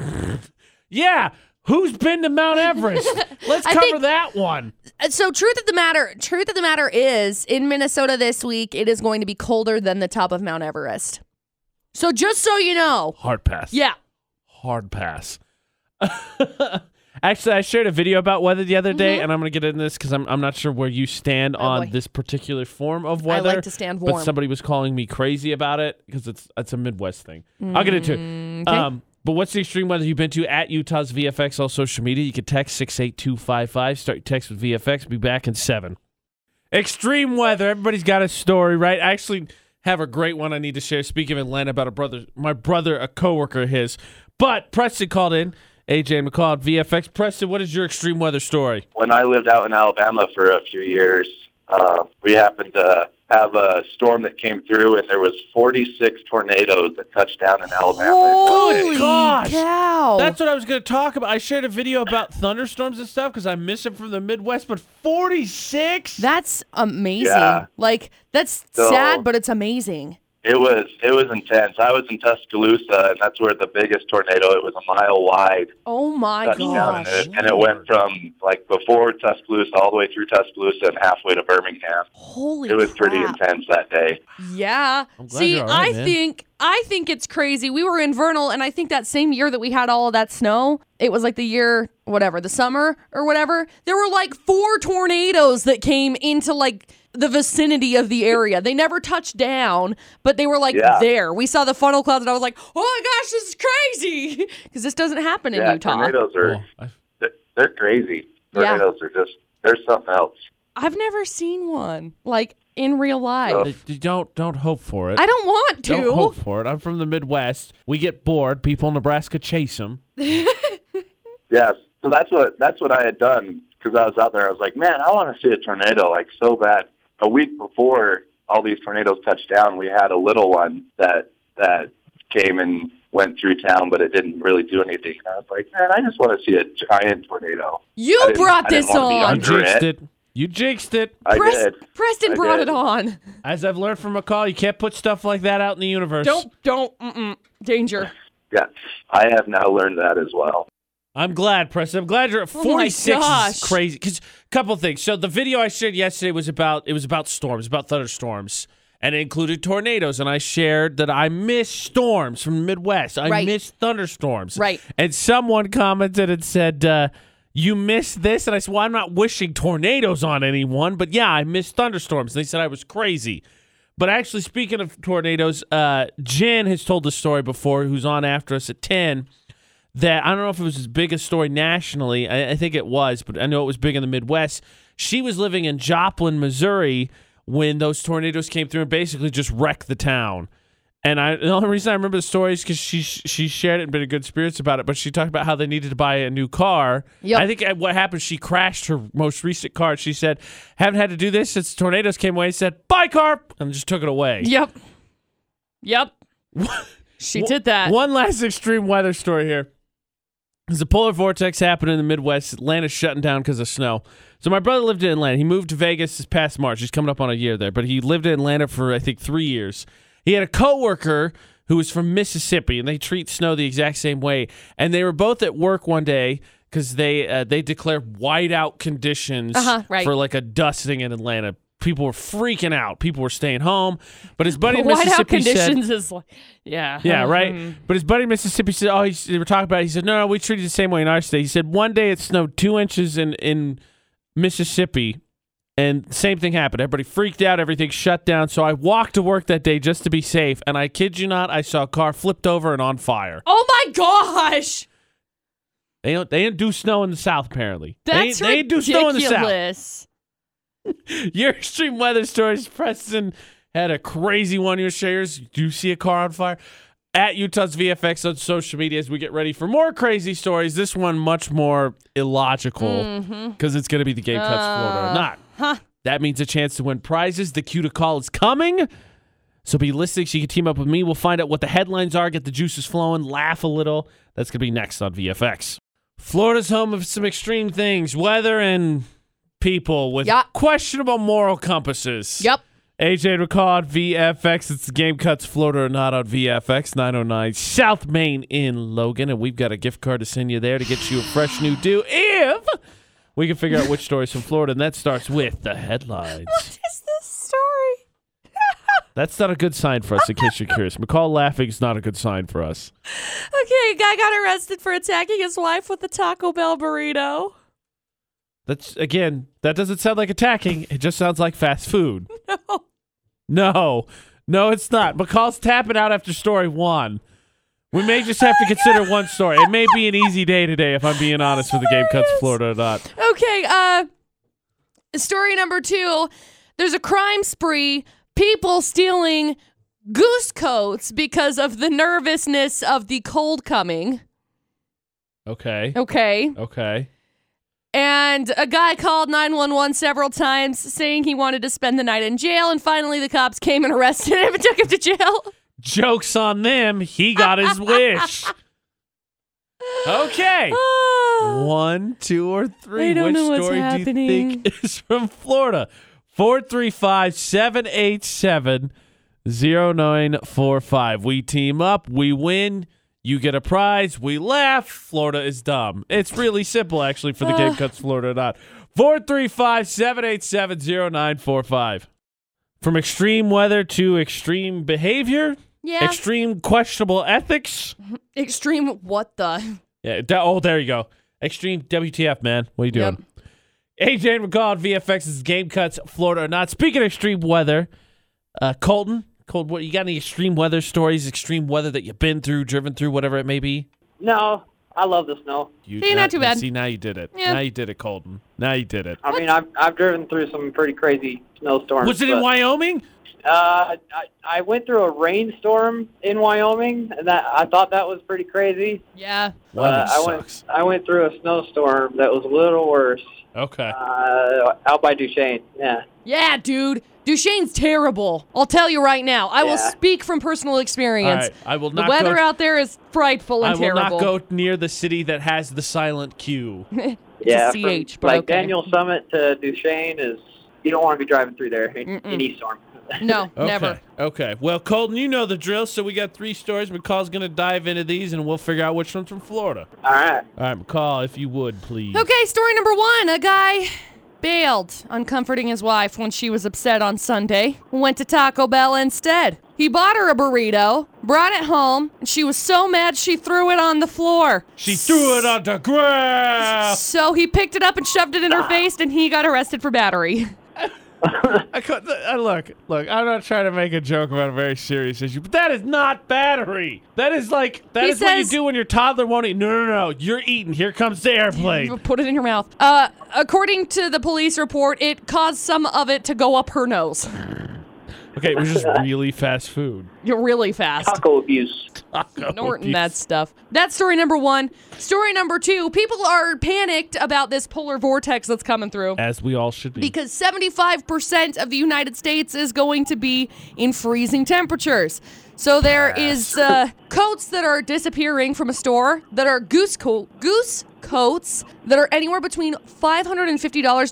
Speaker 1: Yeah. Who's been to Mount
Speaker 2: <laughs>
Speaker 1: Everest? Let's
Speaker 2: I
Speaker 1: cover
Speaker 2: think-
Speaker 1: that one.
Speaker 2: Uh, So truth of the matter, truth of the matter is in Minnesota this week it is going to be colder than the top of Mount Everest. So just so you know,
Speaker 1: Hard pass.
Speaker 2: yeah,
Speaker 1: Hard pass. <laughs> Actually, I shared a video about weather the other day, and I'm going to get into this because I'm, I'm not sure where you stand on
Speaker 2: Mm-hmm. Oh, boy.
Speaker 1: this particular form of
Speaker 2: I
Speaker 1: weather.
Speaker 2: like to stand
Speaker 1: but
Speaker 2: warm.
Speaker 1: somebody was calling me crazy about it because it's it's a Midwest thing. I'll get into
Speaker 2: Mm,
Speaker 1: it. Um, but what's the extreme weather you've been to at Utah's VFX? All social media. You can text six eight two five five. Start your text with VFX. Be back in seven. Extreme weather. Everybody's got a story, right? I actually have a great one I need to share. Speaking of Atlanta, about a brother, my brother, a coworker of his. But Preston called in. AJ McCall at VFX. Preston, what is your extreme weather story?
Speaker 3: when I lived out in Alabama for a few years, uh, we happened to have a storm that came through, and there was 46 tornadoes that touched down in Alabama.
Speaker 2: holy
Speaker 1: gosh.
Speaker 2: cow!
Speaker 1: That's what I was going to talk about. I shared a video about thunderstorms and stuff because I miss it from the Midwest, but 46?
Speaker 2: That's amazing.
Speaker 3: Yeah.
Speaker 2: Like that's
Speaker 3: So-
Speaker 2: sad, but it's amazing.
Speaker 3: It was it was intense. I was in Tuscaloosa, and that's where the biggest tornado. It was a mile wide,
Speaker 2: Oh my
Speaker 3: touched down, and
Speaker 2: gosh!
Speaker 3: it, and it went from like before Tuscaloosa all the way through Tuscaloosa and halfway to Birmingham.
Speaker 2: Holy,
Speaker 3: It was pretty
Speaker 2: crap.
Speaker 3: intense that day.
Speaker 2: Yeah.
Speaker 1: I'm glad
Speaker 2: See,
Speaker 1: you're all right,
Speaker 2: I
Speaker 1: man.
Speaker 2: think I think it's crazy. We were in Vernal, and I think that same year that we had all of that snow, it was like the year whatever, the summer or whatever. There were like four tornadoes that came into like the vicinity of the area. They never touched down, but they were like
Speaker 3: Yeah.
Speaker 2: there. We saw the funnel clouds, and I was like, "Oh my gosh, this is crazy!" <laughs> Because this doesn't happen in
Speaker 3: yeah,
Speaker 2: Utah.
Speaker 3: tornadoes are
Speaker 1: Cool. Oh, I-
Speaker 3: they're, they're crazy.
Speaker 2: Yeah.
Speaker 3: Tornadoes are just they're something else.
Speaker 2: I've never seen one like in real life.
Speaker 3: Oh.
Speaker 1: D- d- don't don't hope for it.
Speaker 2: I don't want to.
Speaker 1: don't hope for it. I'm from the Midwest. We get bored. People in Nebraska chase them.
Speaker 3: Yes. So that's what that's what I had done because I was out there. I was like, man, I want to see a tornado like so bad. A week before all these tornadoes touched down, we had a little one that that came and went through town, but it didn't really do anything. And I was like, man, I just want to see a giant tornado. I
Speaker 2: You
Speaker 3: didn't-
Speaker 2: brought
Speaker 3: I didn't
Speaker 2: this
Speaker 3: wanna be
Speaker 1: You
Speaker 2: on.
Speaker 3: Under
Speaker 1: jinxed
Speaker 3: it.
Speaker 1: it. You jinxed it.
Speaker 3: I
Speaker 2: Prest-
Speaker 3: did.
Speaker 2: Preston
Speaker 3: I
Speaker 2: brought
Speaker 3: did.
Speaker 2: it on.
Speaker 1: As I've learned from McCall, you can't put stuff like that out in the universe.
Speaker 2: Don't, don't, mm-mm. danger.
Speaker 3: Yeah, I have now learned that as well.
Speaker 1: I'm glad, Preston. I'm glad you're at
Speaker 2: Oh my
Speaker 1: 46. is
Speaker 2: gosh.
Speaker 1: crazy. Because couple things. So the video I shared yesterday was about it was about storms, about thunderstorms, and it included tornadoes. And I shared that I miss storms from the Midwest. I
Speaker 2: Right.
Speaker 1: miss thunderstorms.
Speaker 2: Right.
Speaker 1: And someone commented and said, uh, "You miss this?" And I said, "Well, I'm not wishing tornadoes on anyone, but yeah, I miss thunderstorms." And they said I was crazy. But actually, speaking of tornadoes, uh, Jen has told the story before, who's on after us at 10, that I don't know if it was as big a story nationally. I, I think it was, but I know it was big in the Midwest. She was living in Joplin, Missouri, when those tornadoes came through and basically just wrecked the town. And I, the only reason I remember the story is because she she shared it and been in good spirits about it. But she talked about how they needed to buy a new car.
Speaker 2: Yep.
Speaker 1: I think at what happened, she crashed her most recent car. She said, "Haven't had to do this since tornadoes came away." Said, "Bye, car," and just took it away.
Speaker 2: Yep. Yep. she did that.
Speaker 1: One last extreme weather story here. There's a polar vortex happened in the Midwest. Atlanta's shutting down because of snow. So my brother lived in Atlanta. He moved to Vegas this past March. He's coming up on a year there, but he lived in Atlanta for I think three years. He had a coworker who was from Mississippi, and they treat snow the exact same way. And they were both at work one day because they uh, they declared whiteout conditions
Speaker 2: Uh-huh, right.
Speaker 1: for like a dusting in Atlanta. People were freaking out. People were staying home. But his buddy in
Speaker 2: <laughs> Whiteout
Speaker 1: Mississippi said,
Speaker 2: conditions is like, yeah. Mm-hmm.
Speaker 1: yeah, right. But his buddy in Mississippi said, "Oh, he's, they were talking about." It. He said, "No, no, we treated it the same way in our state." He said, "One day it snowed two inches in in Mississippi, and same thing happened. Everybody freaked out. Everything shut down. So I walked to work that day just to be safe. And I kid you not, I saw a car flipped over and on fire.
Speaker 2: Oh my gosh.
Speaker 1: They don't they didn't do snow in the South apparently.
Speaker 2: That's
Speaker 1: they, ain't- they ain't do snow in the South.
Speaker 2: ridiculous.
Speaker 1: <laughs> Your extreme weather stories, Preston had a crazy one. of Your shares. Do you see a car on fire? At Utah's VFX on social media as we get ready for more crazy stories. This one much more illogical because it's going to be the game cuts Florida or not.
Speaker 2: huh.
Speaker 1: That means a chance to win prizes. The cue to call is coming. So be listening so you can team up with me. We'll find out what the headlines are, get the juices flowing, laugh a little. That's going to be next on VFX. Florida's home of some extreme things weather and people with
Speaker 2: Yeah.
Speaker 1: questionable moral compasses.
Speaker 2: Yep.
Speaker 1: AJ Ricard, VFX. It's the game cuts Florida or not on VFX 909 South Main in Logan. And we've got a gift card to send you there to get you a fresh new do if we can figure out which stories from Florida. And that starts with the headlines.
Speaker 2: <laughs> What is this story?
Speaker 1: That's not a good sign for us, in case you're curious. McCall laughing is not a good sign for us.
Speaker 2: Okay, a guy got arrested for attacking his wife with a Taco Bell burrito. <laughs>
Speaker 1: That's again, that doesn't sound like attacking. It just sounds like fast food.
Speaker 2: No.
Speaker 1: No, no, it's not. McCall's tapping out after story one. We may just have to consider one story. It may be an easy day today, if I'm being honest with the game cuts
Speaker 2: Hilarious.
Speaker 1: Florida or not.
Speaker 2: Okay, uh story number 2. There's a crime spree, people stealing goose coats because of the nervousness of the cold coming.
Speaker 1: Okay,
Speaker 2: Okay.
Speaker 1: okay.
Speaker 2: And a guy called 911 several times saying he wanted to spend the night in jail. And finally, the cops came and <laughs> arrested him and took him to jail.
Speaker 1: Jokes on them. He got his wish. Okay.
Speaker 2: Ah.
Speaker 1: One, two, or three.
Speaker 2: I don't
Speaker 1: Which
Speaker 2: know what's
Speaker 1: story do you think is from Florida? 435 787 0945. We team up, we win, you get a prize, we laugh. Florida is dumb. It's really simple, actually, for the
Speaker 2: Ah.
Speaker 1: Game Cuts Florida or not. 435 787 0945. From extreme weather to extreme behavior,
Speaker 2: <sighs> yeah.
Speaker 1: extreme questionable ethics.
Speaker 2: Extreme what the?
Speaker 1: Yeah. da- oh, there you go. Extreme WTF, man. What are you
Speaker 2: Yep.
Speaker 1: doing? AJ McCall, VFX's Game Cuts, Florida or not. Speaking of extreme weather, uh, Colton, cold. What you got? Any extreme weather stories? Extreme weather that you've been through, driven through, whatever it may be.
Speaker 4: No, I love the snow.
Speaker 1: You
Speaker 2: See, not too bad.
Speaker 1: See, now you did it.
Speaker 2: Yeah.
Speaker 1: Now you did it, Colton. Now you did it.
Speaker 4: I mean, I've I've driven through some pretty crazy snowstorms.
Speaker 1: Was it in
Speaker 4: but,
Speaker 1: Wyoming?
Speaker 4: Uh, I, I went through a rainstorm in Wyoming, and that I thought that was pretty crazy.
Speaker 2: Yeah.
Speaker 4: Uh,
Speaker 1: Wyoming
Speaker 4: I
Speaker 1: sucks.
Speaker 4: went I went through a snowstorm that was a little worse
Speaker 1: Okay.
Speaker 4: uh, out by Duchesne. Yeah,
Speaker 2: Yeah, dude. Duchesne's terrible. I'll tell you right now. I will
Speaker 4: Yeah.
Speaker 2: speak from personal
Speaker 1: All
Speaker 2: experience.
Speaker 1: right. I will
Speaker 2: The
Speaker 1: not
Speaker 2: weather
Speaker 1: go.
Speaker 2: out there is frightful
Speaker 1: I
Speaker 2: and
Speaker 1: will
Speaker 2: terrible.
Speaker 1: not go near the city that has the silent Q.
Speaker 4: yeah. from,
Speaker 2: CH, but
Speaker 4: like
Speaker 2: okay.
Speaker 4: Daniel Summit to Duchesne is you don't want to be driving through there in,
Speaker 2: Mm-mm.
Speaker 4: in any storm. <laughs>
Speaker 2: No,
Speaker 1: Okay.
Speaker 2: never.
Speaker 1: Okay. Well, Colton, you know the drill. So we got three stories. McCall's going to dive into these and we'll figure out which one's from Florida.
Speaker 4: All right.
Speaker 1: All right, McCall, if you would, please.
Speaker 2: Okay, story number one. A guy bailed on comforting his wife when she was upset on Sunday, went to Taco Bell instead. He bought her a burrito, brought it home, and she was so mad she threw it on the floor.
Speaker 1: She threw it on the ground.
Speaker 2: So he picked it up and shoved it in
Speaker 1: Ah.
Speaker 2: her face, and he got arrested for battery.
Speaker 1: I could, I look, look. I'm not trying to make a joke about a very serious issue, but that is not battery. That is like that
Speaker 2: He
Speaker 1: is what you
Speaker 2: says-
Speaker 1: do when your toddler won't eat. No, no, no. You're eating. Here comes the airplane.
Speaker 2: <laughs> Put it in your mouth. Uh, according to the police report, it caused some of it to go up her nose. <laughs>
Speaker 1: Okay, it was just really fast food.
Speaker 2: You're really fast.
Speaker 4: Taco abuse.
Speaker 1: Taco <laughs>
Speaker 2: Norton
Speaker 1: Beef.
Speaker 2: that stuff. That's story number one. Story number two people are panicked about this polar vortex that's coming through
Speaker 1: as we all should be.
Speaker 2: because 75% of the United States is going to be in freezing temperatures. So there is uh, coats that are disappearing from a store that are goose co- goose coats that are anywhere between $550 to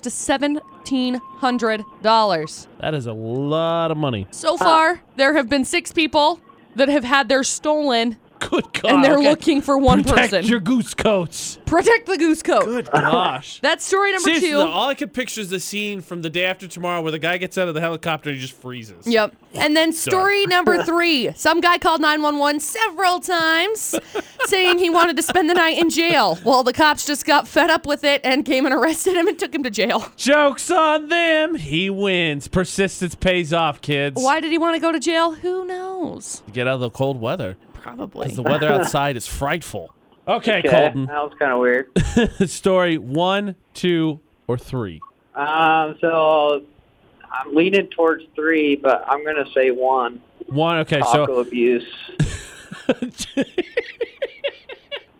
Speaker 2: $1,700.
Speaker 1: that is a lot of money.
Speaker 2: So far, there have been six people that have had their stolen
Speaker 1: Good God.
Speaker 2: and they're
Speaker 1: okay.
Speaker 2: looking for one
Speaker 1: Protect
Speaker 2: person.
Speaker 1: your goose coats.
Speaker 2: Protect the goose coat. <laughs>
Speaker 1: Good gosh.
Speaker 2: That's story number
Speaker 1: Seriously,
Speaker 2: two.
Speaker 1: though, all I could picture is the scene from the day after tomorrow where the guy gets out of the helicopter and he just freezes.
Speaker 2: Yep. And then story <laughs> number three. Some guy called 911 several times saying he wanted to spend the night in jail. Well, the cops just got fed up with it and came and arrested him and took him to jail.
Speaker 1: Jokes on them. He wins. Persistence pays off, kids.
Speaker 2: Why did he want to go to jail? Who knows?
Speaker 1: Get out of the cold weather.
Speaker 2: Probably.
Speaker 1: The
Speaker 2: <laughs>
Speaker 1: weather outside is frightful. Okay,
Speaker 4: Yeah,
Speaker 1: Colton. <laughs>
Speaker 4: that was kind of weird.
Speaker 1: Story one, two, or three.
Speaker 4: Um, so I'm leaning towards three, but I'm gonna say one.
Speaker 1: One. Okay,
Speaker 4: Taco
Speaker 1: so
Speaker 4: abuse.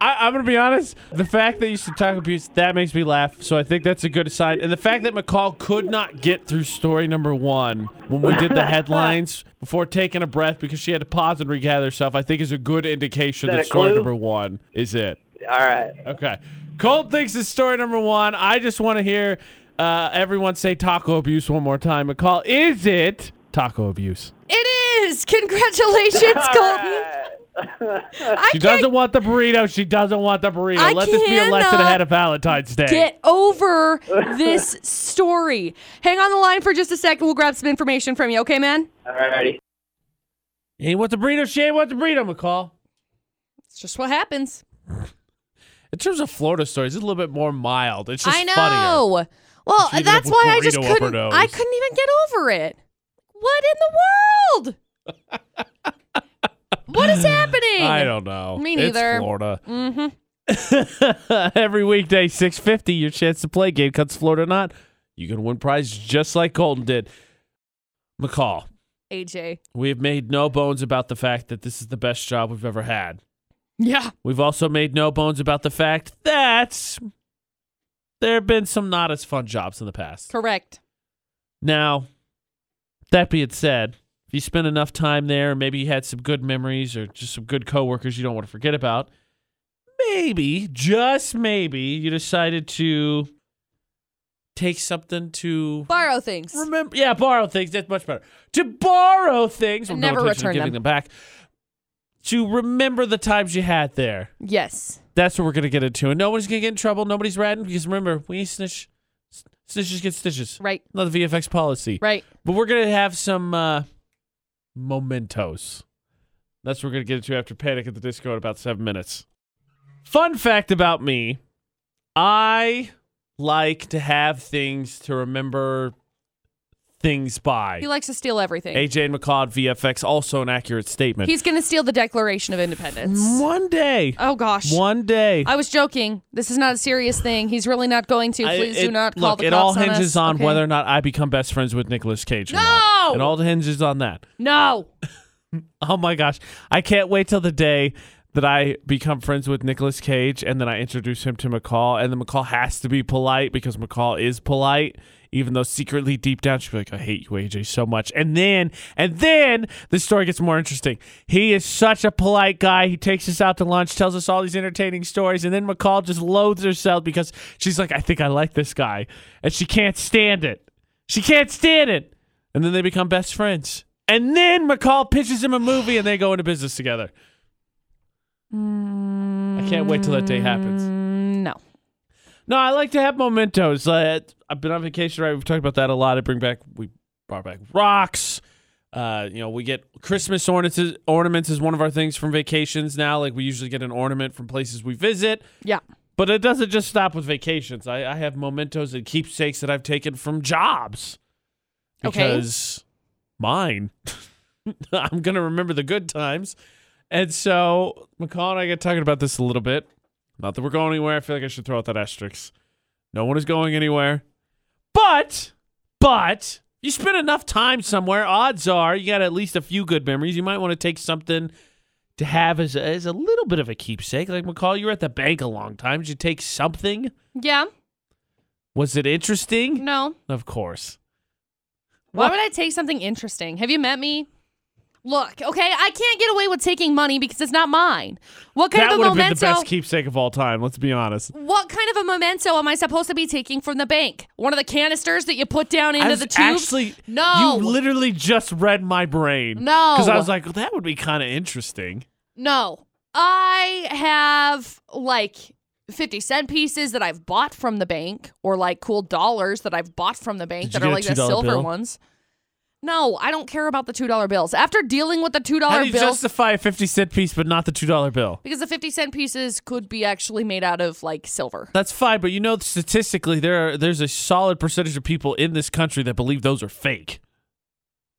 Speaker 1: I, I'm gonna be honest. The fact that you said taco abuse that makes me laugh. So I think that's a good aside. And the fact that McCall could not get through story number one when we did the headlines before taking a breath because she had to pause and regather herself, I think is a good indication
Speaker 4: that
Speaker 1: that,
Speaker 4: a
Speaker 1: story
Speaker 4: clue?
Speaker 1: number one is it.
Speaker 4: All right.
Speaker 1: Okay. Colt thinks it's story number one. I just want to hear uh, everyone say taco abuse one more time. McCall, is it taco abuse?
Speaker 2: It is. <laughs> Congratulations, Colton. I
Speaker 1: She
Speaker 2: can't
Speaker 1: doesn't want the burrito. She doesn't want the burrito.
Speaker 2: I
Speaker 1: Let this be a lesson
Speaker 2: cannot
Speaker 1: ahead of Valentine's Day.
Speaker 2: get over this story. Hang on the line for just a second. We'll grab some information from you, okay, man?
Speaker 4: All righty.
Speaker 1: he ain't want the burrito. She ain't want the burrito, McCall.
Speaker 2: It's just what happens.
Speaker 1: In terms of Florida stories, it's a little bit more mild. It's just
Speaker 2: I
Speaker 1: funnier.
Speaker 2: know. Well,
Speaker 1: She ended up
Speaker 2: that's
Speaker 1: with
Speaker 2: why I just
Speaker 1: burrito up her
Speaker 2: couldn't. I
Speaker 1: nose.
Speaker 2: couldn't even get over it. What in the world? what is happening?
Speaker 1: I don't know.
Speaker 2: Me
Speaker 1: It's
Speaker 2: neither.
Speaker 1: Florida. <laughs>
Speaker 2: Mm-hmm.
Speaker 1: Every weekday, 650, your chance to play Game Cuts Florida or Not. You can win prizes just like Colton did. McCall,
Speaker 2: AJ.
Speaker 1: we have made no bones about the fact that this is the best job we've ever had.
Speaker 2: Yeah.
Speaker 1: We've also made no bones about the fact that there have been some not as fun jobs in the past.
Speaker 2: Correct.
Speaker 1: Now, that being said, if you spend enough time there, maybe you had some good memories or just some good coworkers you don't want to forget about, maybe, just maybe, you decided to take something to
Speaker 2: Borrow things.
Speaker 1: remember. Yeah, borrow things. That's much better. To borrow things,
Speaker 2: And
Speaker 1: well, no
Speaker 2: never
Speaker 1: intention of
Speaker 2: return
Speaker 1: giving them
Speaker 2: them.
Speaker 1: back. To remember the times you had there.
Speaker 2: yes.
Speaker 1: That's what we're gonna get into, and nobody's gonna get in trouble. Nobody's ratting because remember, we ain't snitch. s- Snitches get stitches.
Speaker 2: Right.
Speaker 1: Not the VFX policy.
Speaker 2: Right.
Speaker 1: But we're gonna have some uh, mementos. That's what we're gonna get into after Panic at the Disco in about seven minutes. Fun fact about me: I like to have things to remember things by.
Speaker 2: He likes to steal everything.
Speaker 1: AJ and McCloud VFX also an accurate statement.
Speaker 2: He's going to steal the Declaration of Independence.
Speaker 1: one day,
Speaker 2: Oh gosh.
Speaker 1: Mm. one day.
Speaker 2: I was joking. This is not a serious thing. He's really not going to.
Speaker 1: I-
Speaker 2: Please
Speaker 1: it-
Speaker 2: do not call
Speaker 1: look,
Speaker 2: the
Speaker 1: it all
Speaker 2: cops on
Speaker 1: hinges
Speaker 2: us.
Speaker 1: on,
Speaker 2: Okay.
Speaker 1: whether or not I become best friends with Nicolas Cage. or
Speaker 2: No!
Speaker 1: not. It all hinges on that.
Speaker 2: No.
Speaker 1: <laughs> Oh my gosh. I can't wait till the day that I become friends with Nicolas Cage and then I introduce him to McCall and then McCall has to be polite because McCall is polite. Even though secretly deep down she'll be like, I hate you, AJ, so much. And then and then the story gets more interesting. He is such a polite guy. He takes us out to lunch, tells us all these entertaining stories, and then McCall just loathes herself because she's like, I think I like this guy. And she can't stand it. She can't stand it. And then they become best friends. And then McCall pitches him a movie and they go into business together. I can't wait till that day happens.
Speaker 2: Mm, No.
Speaker 1: No, I like to have mementos. Uh, I've been on vacation, right? We've talked about that a lot. I bring back, we brought back rocks. Uh, you know, we get Christmas ornaments. Ornaments is one of our things from vacations now. Like we usually get an ornament from places we visit,
Speaker 2: Yeah.
Speaker 1: but it doesn't just stop with vacations. I, I have mementos and keepsakes that I've taken from jobs
Speaker 2: Okay.
Speaker 1: because mine. <laughs> I'm gonna remember the good times, and so McCall and I get talking about this a little bit. Not that we're going anywhere. I feel like I should throw out that asterisk. No one is going anywhere. But, but, you spend enough time somewhere, odds are you got at least a few good memories. You might want to take something to have as a, as a little bit of a keepsake. Like, McCall, you were at the bank a long time. Did you take something?
Speaker 2: Yeah.
Speaker 1: Was it interesting?
Speaker 2: No.
Speaker 1: Of course.
Speaker 2: Why
Speaker 1: What?
Speaker 2: would I take something interesting? Have you met me? Look, okay, I can't get away with taking money because it's not mine. What kind
Speaker 1: that
Speaker 2: of a
Speaker 1: would have been the
Speaker 2: memento?
Speaker 1: best keepsake of all time. Let's be honest.
Speaker 2: what kind of a memento am I supposed to be taking from the bank? One of the canisters that you put down into
Speaker 1: As-
Speaker 2: the tube?
Speaker 1: Actually,
Speaker 2: no,
Speaker 1: You literally just read my brain.
Speaker 2: No.
Speaker 1: Because I was like, well, that would be kind of interesting.
Speaker 2: no. I have like fifty cent pieces that I've bought from the bank, or like cool dollars that I've bought from the bank
Speaker 1: Did you
Speaker 2: that are
Speaker 1: get a
Speaker 2: like the
Speaker 1: $2
Speaker 2: silver
Speaker 1: bill?
Speaker 2: ones. No, I don't care about the two dollar bills. After dealing with the two
Speaker 1: How
Speaker 2: dollar
Speaker 1: do you
Speaker 2: bills,
Speaker 1: justify a 50 cent piece but not the $2 bill?
Speaker 2: Because the 50 cent pieces could be actually made out of like silver.
Speaker 1: That's fine, but you know statistically there are, there's a solid percentage of people in this country that believe those are fake.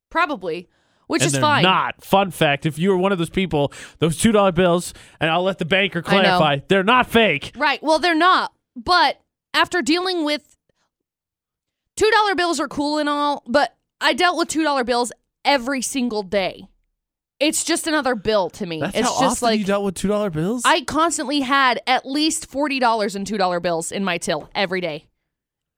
Speaker 2: Probably. Which
Speaker 1: and
Speaker 2: is
Speaker 1: they're
Speaker 2: fine.
Speaker 1: not. Fun fact, if you were one of those people, those $2 bills, and I'll let the banker
Speaker 2: I know.
Speaker 1: clarify, they're not fake.
Speaker 2: Right. Well, they're not. But after dealing with $2 bills are cool and all, but I dealt with $2 bills every single day. It's just another bill to me.
Speaker 1: That's
Speaker 2: it's
Speaker 1: how
Speaker 2: just
Speaker 1: often
Speaker 2: like
Speaker 1: you dealt with $2 bills?
Speaker 2: I constantly had at least $40 in $2 bills in my till every day.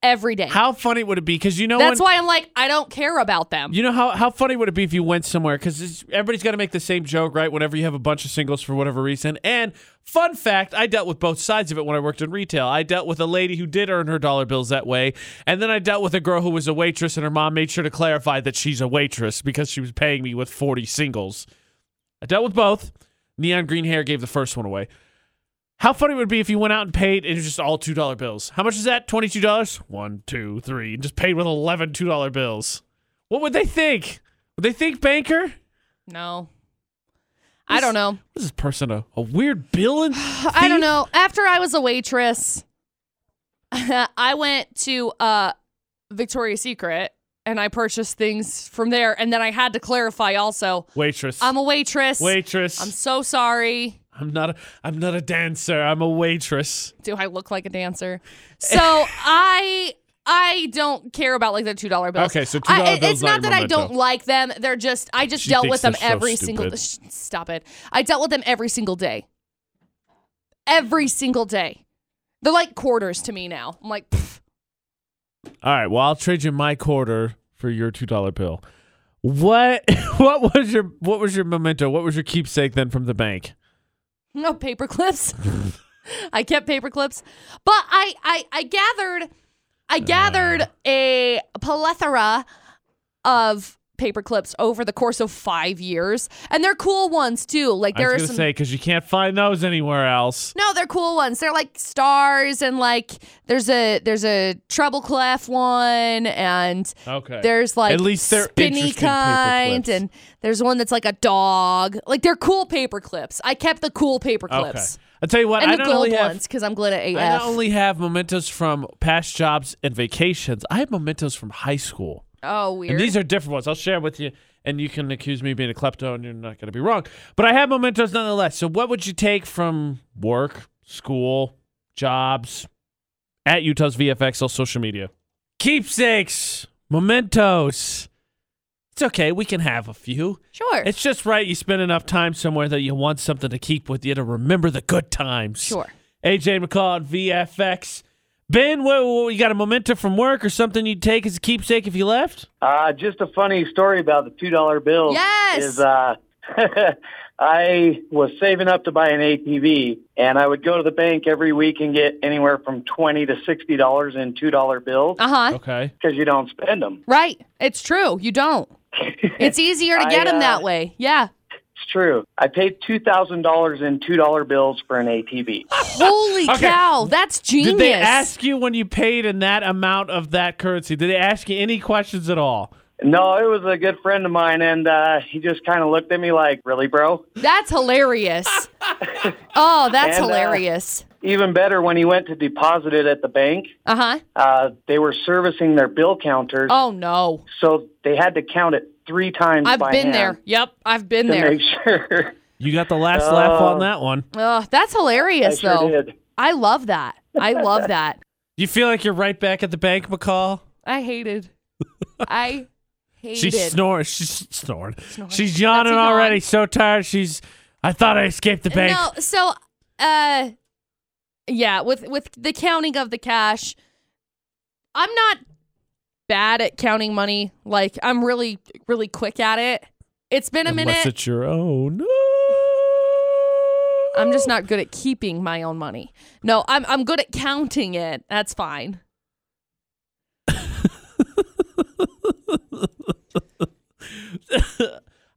Speaker 2: Every day.
Speaker 1: how funny would it be? Because you know
Speaker 2: That's
Speaker 1: when-
Speaker 2: why I'm like, I don't care about them.
Speaker 1: You know how how funny would it be if you went somewhere because everybody's got to make the same joke, right? Whenever you have a bunch of singles for whatever reason. And fun fact, I dealt with both sides of it when I worked in retail. I dealt with a lady who did earn her dollar bills that way, and then I dealt with a girl who was a waitress, and her mom made sure to clarify that she's a waitress because she was paying me with forty singles. I dealt with both. Neon green hair gave the first one away. How funny it would be if you went out and paid and it was just all two dollar bills. How much is that? Twenty two dollars? One, two, three. And just paid with 11 two dollar bills. What would they think? Would they think banker?
Speaker 2: no. I don't know.
Speaker 1: What is this person a, a weird bill and
Speaker 2: <sighs> I don't know. After I was a waitress, <laughs> I went to uh, Victoria's Secret and I purchased things from there. And then I had to clarify also,
Speaker 1: waitress.
Speaker 2: I'm a waitress.
Speaker 1: waitress.
Speaker 2: I'm
Speaker 1: I'm,
Speaker 2: so sorry.
Speaker 1: not a I'm not a dancer. I'm a waitress.
Speaker 2: Do I look like a dancer?
Speaker 1: <laughs>
Speaker 2: So I I don't care about like the two dollar bills.
Speaker 1: Okay, so
Speaker 2: I-
Speaker 1: $2
Speaker 2: it-
Speaker 1: bill's
Speaker 2: It's
Speaker 1: not
Speaker 2: not
Speaker 1: your
Speaker 2: that I don't
Speaker 1: memento.
Speaker 2: like them. They're just I just
Speaker 1: She
Speaker 2: dealt
Speaker 1: thinks
Speaker 2: with them
Speaker 1: they're so
Speaker 2: every single.
Speaker 1: stupid.
Speaker 2: Sh- stop it! I dealt with them every single day. Every single day, they're like quarters to me now. I'm like, pff,
Speaker 1: All right, well I'll trade you my quarter for your two dollar bill. What <laughs> what was your what was your memento? What was your keepsake then from the bank?
Speaker 2: no paper clips. <laughs> I kept paper clips, but I I I gathered
Speaker 1: Uh.
Speaker 2: I gathered a plethora of paper clips over the course of five years, and they're cool ones too. Like
Speaker 1: I
Speaker 2: there
Speaker 1: was
Speaker 2: are
Speaker 1: gonna
Speaker 2: some.
Speaker 1: say because you can't find those anywhere else.
Speaker 2: No, they're cool ones. They're like stars and like there's a there's a treble clef one and
Speaker 1: Okay.
Speaker 2: there's like
Speaker 1: At least they're
Speaker 2: spinny
Speaker 1: interesting paper
Speaker 2: kind
Speaker 1: clips.
Speaker 2: and there's one that's like a dog. Like they're cool paper clips. I kept the cool paper clips.
Speaker 1: Okay. I'll tell you what,
Speaker 2: And
Speaker 1: I
Speaker 2: the
Speaker 1: not
Speaker 2: gold
Speaker 1: only have
Speaker 2: ones because I'm glad at AF.
Speaker 1: I not only have mementos from past jobs and vacations, I have mementos from high school.
Speaker 2: oh weird.
Speaker 1: And these are different ones. I'll share with you, and you can accuse me of being a klepto, and you're not going to be wrong. But I have mementos nonetheless. So, what would you take from work, school, jobs, at Utah's VFX on social media? Keepsakes, mementos. It's okay. We can have a few.
Speaker 2: sure.
Speaker 1: It's just right. You spend enough time somewhere that you want something to keep with you to remember the good times.
Speaker 2: Sure.
Speaker 1: AJ McCall on VFX. Ben, what, what, you got a memento from work or something you'd take as a keepsake if you left?
Speaker 4: Uh, just a funny story about the two dollar bills.
Speaker 2: Yes.
Speaker 4: Is uh,
Speaker 5: <laughs> I was saving up to buy an ATV, and I would go to the bank every week and get anywhere from twenty to sixty dollars in two dollar bills
Speaker 2: Uh huh.
Speaker 1: Okay.
Speaker 5: because you don't spend them.
Speaker 2: Right. It's true. You don't. It's easier to
Speaker 5: I,
Speaker 2: get them
Speaker 5: uh,
Speaker 2: that way. Yeah.
Speaker 5: It's true. I paid two thousand dollars in two dollar bills for an ATV.
Speaker 2: Holy
Speaker 1: Okay.
Speaker 2: cow. That's genius.
Speaker 1: Did they ask you when you paid in that amount of that currency? Did they ask you any questions at all?
Speaker 5: No, it was a good friend of mine, and uh, he just kind of looked at me like, "Really, bro?"
Speaker 2: That's hilarious. oh, that's
Speaker 5: And, uh,
Speaker 2: hilarious.
Speaker 5: Even better, when he went to deposit it at the bank,
Speaker 2: Uh huh.
Speaker 5: uh, they were servicing their bill counters,
Speaker 2: Oh, no.
Speaker 5: so they had to count it three times.
Speaker 2: I've
Speaker 5: by
Speaker 2: been
Speaker 5: hand
Speaker 2: there. Yep. I've been
Speaker 5: to
Speaker 2: there.
Speaker 5: make sure. <laughs>
Speaker 1: You got the last laugh on
Speaker 5: Oh.
Speaker 1: that one.
Speaker 2: Oh, that's
Speaker 5: I
Speaker 2: hilarious,
Speaker 5: sure
Speaker 2: though.
Speaker 5: did.
Speaker 2: I love that. I love that.
Speaker 1: Do you feel like you're right back at the bank, McCall?
Speaker 2: I hated. I hated.
Speaker 1: She's snoring. She's snoring.
Speaker 2: Snoring.
Speaker 1: She's yawning
Speaker 2: That's a yawn.
Speaker 1: already. So tired. She's. I thought I escaped the bank.
Speaker 2: No, so uh yeah, with with the counting of the cash, I'm not bad at counting money. Like I'm really really quick at it. It's been a
Speaker 1: Unless
Speaker 2: minute.
Speaker 1: it's your own.
Speaker 2: I'm just not good at keeping my own money. No, I'm I'm good at counting it. That's fine.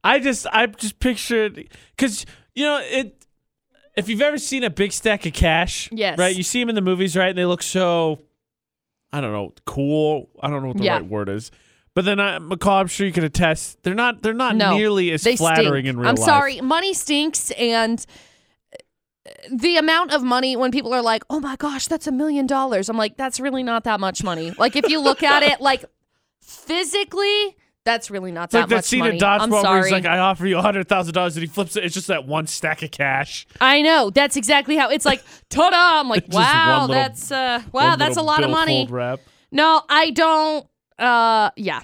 Speaker 1: I just I just pictured because you know it. If you've ever seen a big stack of cash,
Speaker 2: Yes.
Speaker 1: right? You see them in the movies, right? And they look so, I don't know, cool. I don't know what the
Speaker 2: Yeah.
Speaker 1: right word is. But then, I, McCall, I'm sure you can attest they're not they're not
Speaker 2: No,
Speaker 1: nearly as
Speaker 2: they
Speaker 1: flattering
Speaker 2: stink.
Speaker 1: in real
Speaker 2: I'm
Speaker 1: life.
Speaker 2: sorry, money stinks, and uh, the amount of money when people are like, "Oh my gosh, that's a million dollars," I'm like, "That's really not that much money." Like if you look at it, like physically, that's really not
Speaker 1: It's like
Speaker 2: that
Speaker 1: that
Speaker 2: much
Speaker 1: scene
Speaker 2: money.
Speaker 1: in Dodgeball
Speaker 2: I'm
Speaker 1: where
Speaker 2: sorry.
Speaker 1: he's like, "I offer you hundred thousand dollars," and he flips it. It's just that one stack of cash.
Speaker 2: I know that's exactly how it's like.
Speaker 1: <laughs>
Speaker 2: Ta-da! I'm like,
Speaker 1: Just one
Speaker 2: wow,
Speaker 1: little-
Speaker 2: that's uh, wow,
Speaker 1: One
Speaker 2: that's a
Speaker 1: little
Speaker 2: lot of money.
Speaker 1: billfold Wrap.
Speaker 2: No, I don't. Uh, yeah.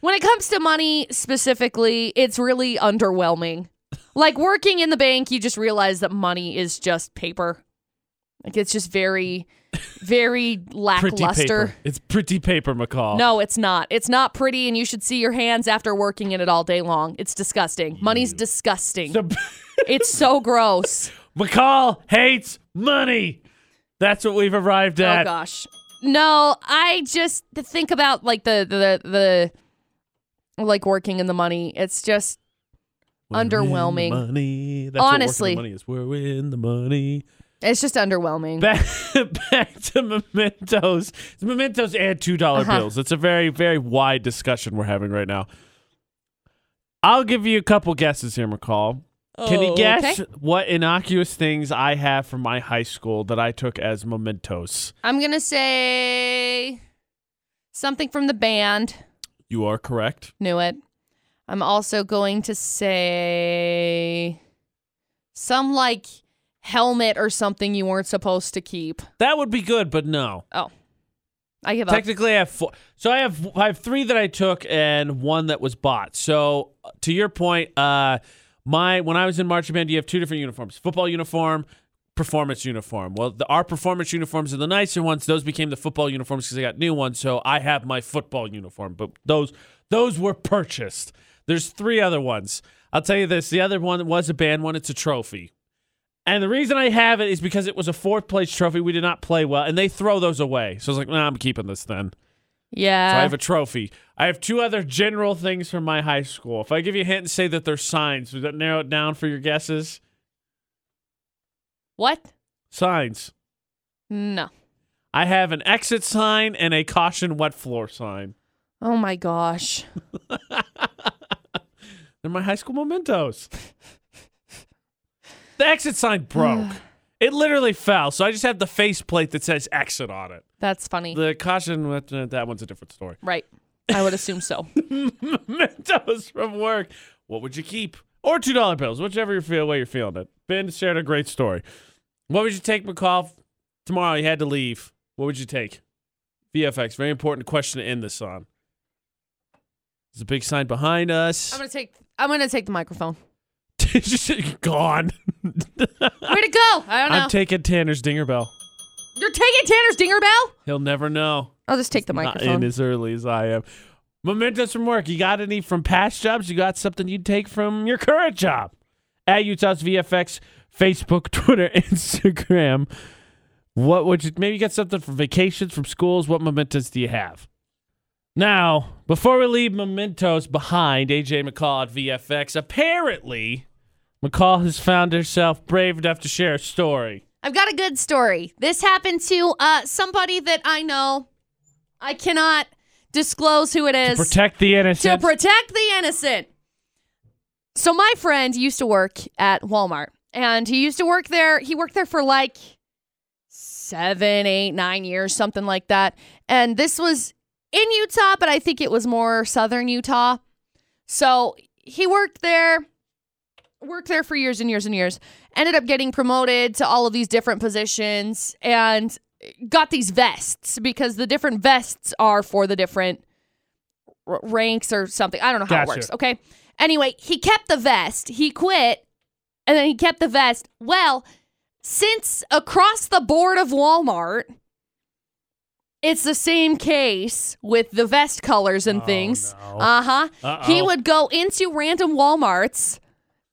Speaker 2: When it comes to money specifically, it's really underwhelming. Like working in the bank, you just realize that money is just paper. Like it's just very, very
Speaker 1: <laughs> Pretty
Speaker 2: lackluster.
Speaker 1: paper. It's pretty paper, McCall.
Speaker 2: No, it's not. It's not pretty, and you should see your hands after working in it all day long. It's disgusting. Money's disgusting.
Speaker 1: So-
Speaker 2: it's so gross.
Speaker 1: McCall hates money. That's what we've arrived
Speaker 2: Oh
Speaker 1: at.
Speaker 2: gosh. No, I just think about like the the the like working in the money. It's just
Speaker 1: We're in the
Speaker 2: Underwhelming.
Speaker 1: money. That's what working the
Speaker 2: Honestly.
Speaker 1: money is. We're in the money.
Speaker 2: it's just underwhelming.
Speaker 1: Back, <laughs> back to mementos. It's mementos and two
Speaker 2: Uh-huh.
Speaker 1: bills. It's a very, very wide discussion we're having right now. I'll give you a couple guesses here, McCall. Can you guess
Speaker 2: Oh, Okay.
Speaker 1: what innocuous things I have from my high school that I took as mementos?
Speaker 2: I'm gonna say something from the band.
Speaker 1: You are correct.
Speaker 2: Knew it. I'm also going to say some like helmet or something you weren't supposed to keep.
Speaker 1: That would be good, but no.
Speaker 2: I give up.
Speaker 1: Technically, I have four. So I have I have three that I took and one that was bought. So uh, to your point, uh, my when I was in marching band, you have two different uniforms: football uniform, performance uniform. Well, the, our performance uniforms are the nicer ones. Those became the football uniforms because I got new ones. So I have my football uniform, but those those were purchased. There's three other ones. I'll tell you this: the other one was a band one. It's a trophy. And the reason I have it is because it was a fourth place trophy. We did not play well, and they throw those away. So I was like, "Nah, I'm keeping this then."
Speaker 2: Yeah.
Speaker 1: So I have a trophy. I have two other general things from my high school. If I give you a hint and say that they're signs, would that narrow it down for your guesses?
Speaker 2: what?
Speaker 1: Signs.
Speaker 2: No.
Speaker 1: I have an exit sign and a caution wet floor sign.
Speaker 2: Oh my gosh.
Speaker 1: They're my high school mementos. the exit sign broke. it literally fell. So I just have the faceplate that says exit on it.
Speaker 2: That's funny.
Speaker 1: The caution wet, uh, that one's a different story.
Speaker 2: right. I would assume so.
Speaker 1: <laughs> mementos from work. What would you keep? Or two dollar bills, whichever you feel way you're feeling it. Ben shared a great story. What would you take, McCall? Tomorrow you had to leave. What would you take? VFX, very important question to end this on. There's a big sign behind
Speaker 2: I'm
Speaker 1: us.
Speaker 2: gonna take. I'm gonna take the microphone.
Speaker 1: Just said, <laughs> gone.
Speaker 2: Where'd it go? I don't know.
Speaker 1: I'm taking Tanner's dinger bell.
Speaker 2: You're taking Tanner's dinger bell.
Speaker 1: He'll never know.
Speaker 2: I'll just take the
Speaker 1: Not in
Speaker 2: microphone.
Speaker 1: as early as I am. Mementos from work. You got any from past jobs? You got something you'd take from your current job? at Utah's VFX, Facebook, <laughs> Twitter, Instagram. What would you maybe you got something from vacations, from schools? What mementos do you have? Now, before we leave mementos behind, AJ McCall at VFX, apparently McCall has found herself brave enough to share a story.
Speaker 2: I've got a good story. This happened to uh, somebody that I know. I cannot disclose who it is
Speaker 1: Protect the
Speaker 2: to
Speaker 1: innocent.
Speaker 2: protect the innocent. So my friend used to work at Walmart, and he used to work there. He worked there for like seven, eight, nine years, something like that. And this was in Utah, but I think it was more southern Utah. So he worked there, worked there for years and years and years. Ended up getting promoted to all of these different positions and got these vests because the different vests are for the different r- ranks or something. I don't know how
Speaker 1: Gotcha.
Speaker 2: it works. Okay. Anyway, he kept the vest. He quit and then he kept the vest. Well, since across the board of Walmart, it's the same case with the vest colors and
Speaker 1: Oh,
Speaker 2: things.
Speaker 1: no.
Speaker 2: Uh huh.
Speaker 1: Uh-oh.
Speaker 2: He would go into random Walmarts,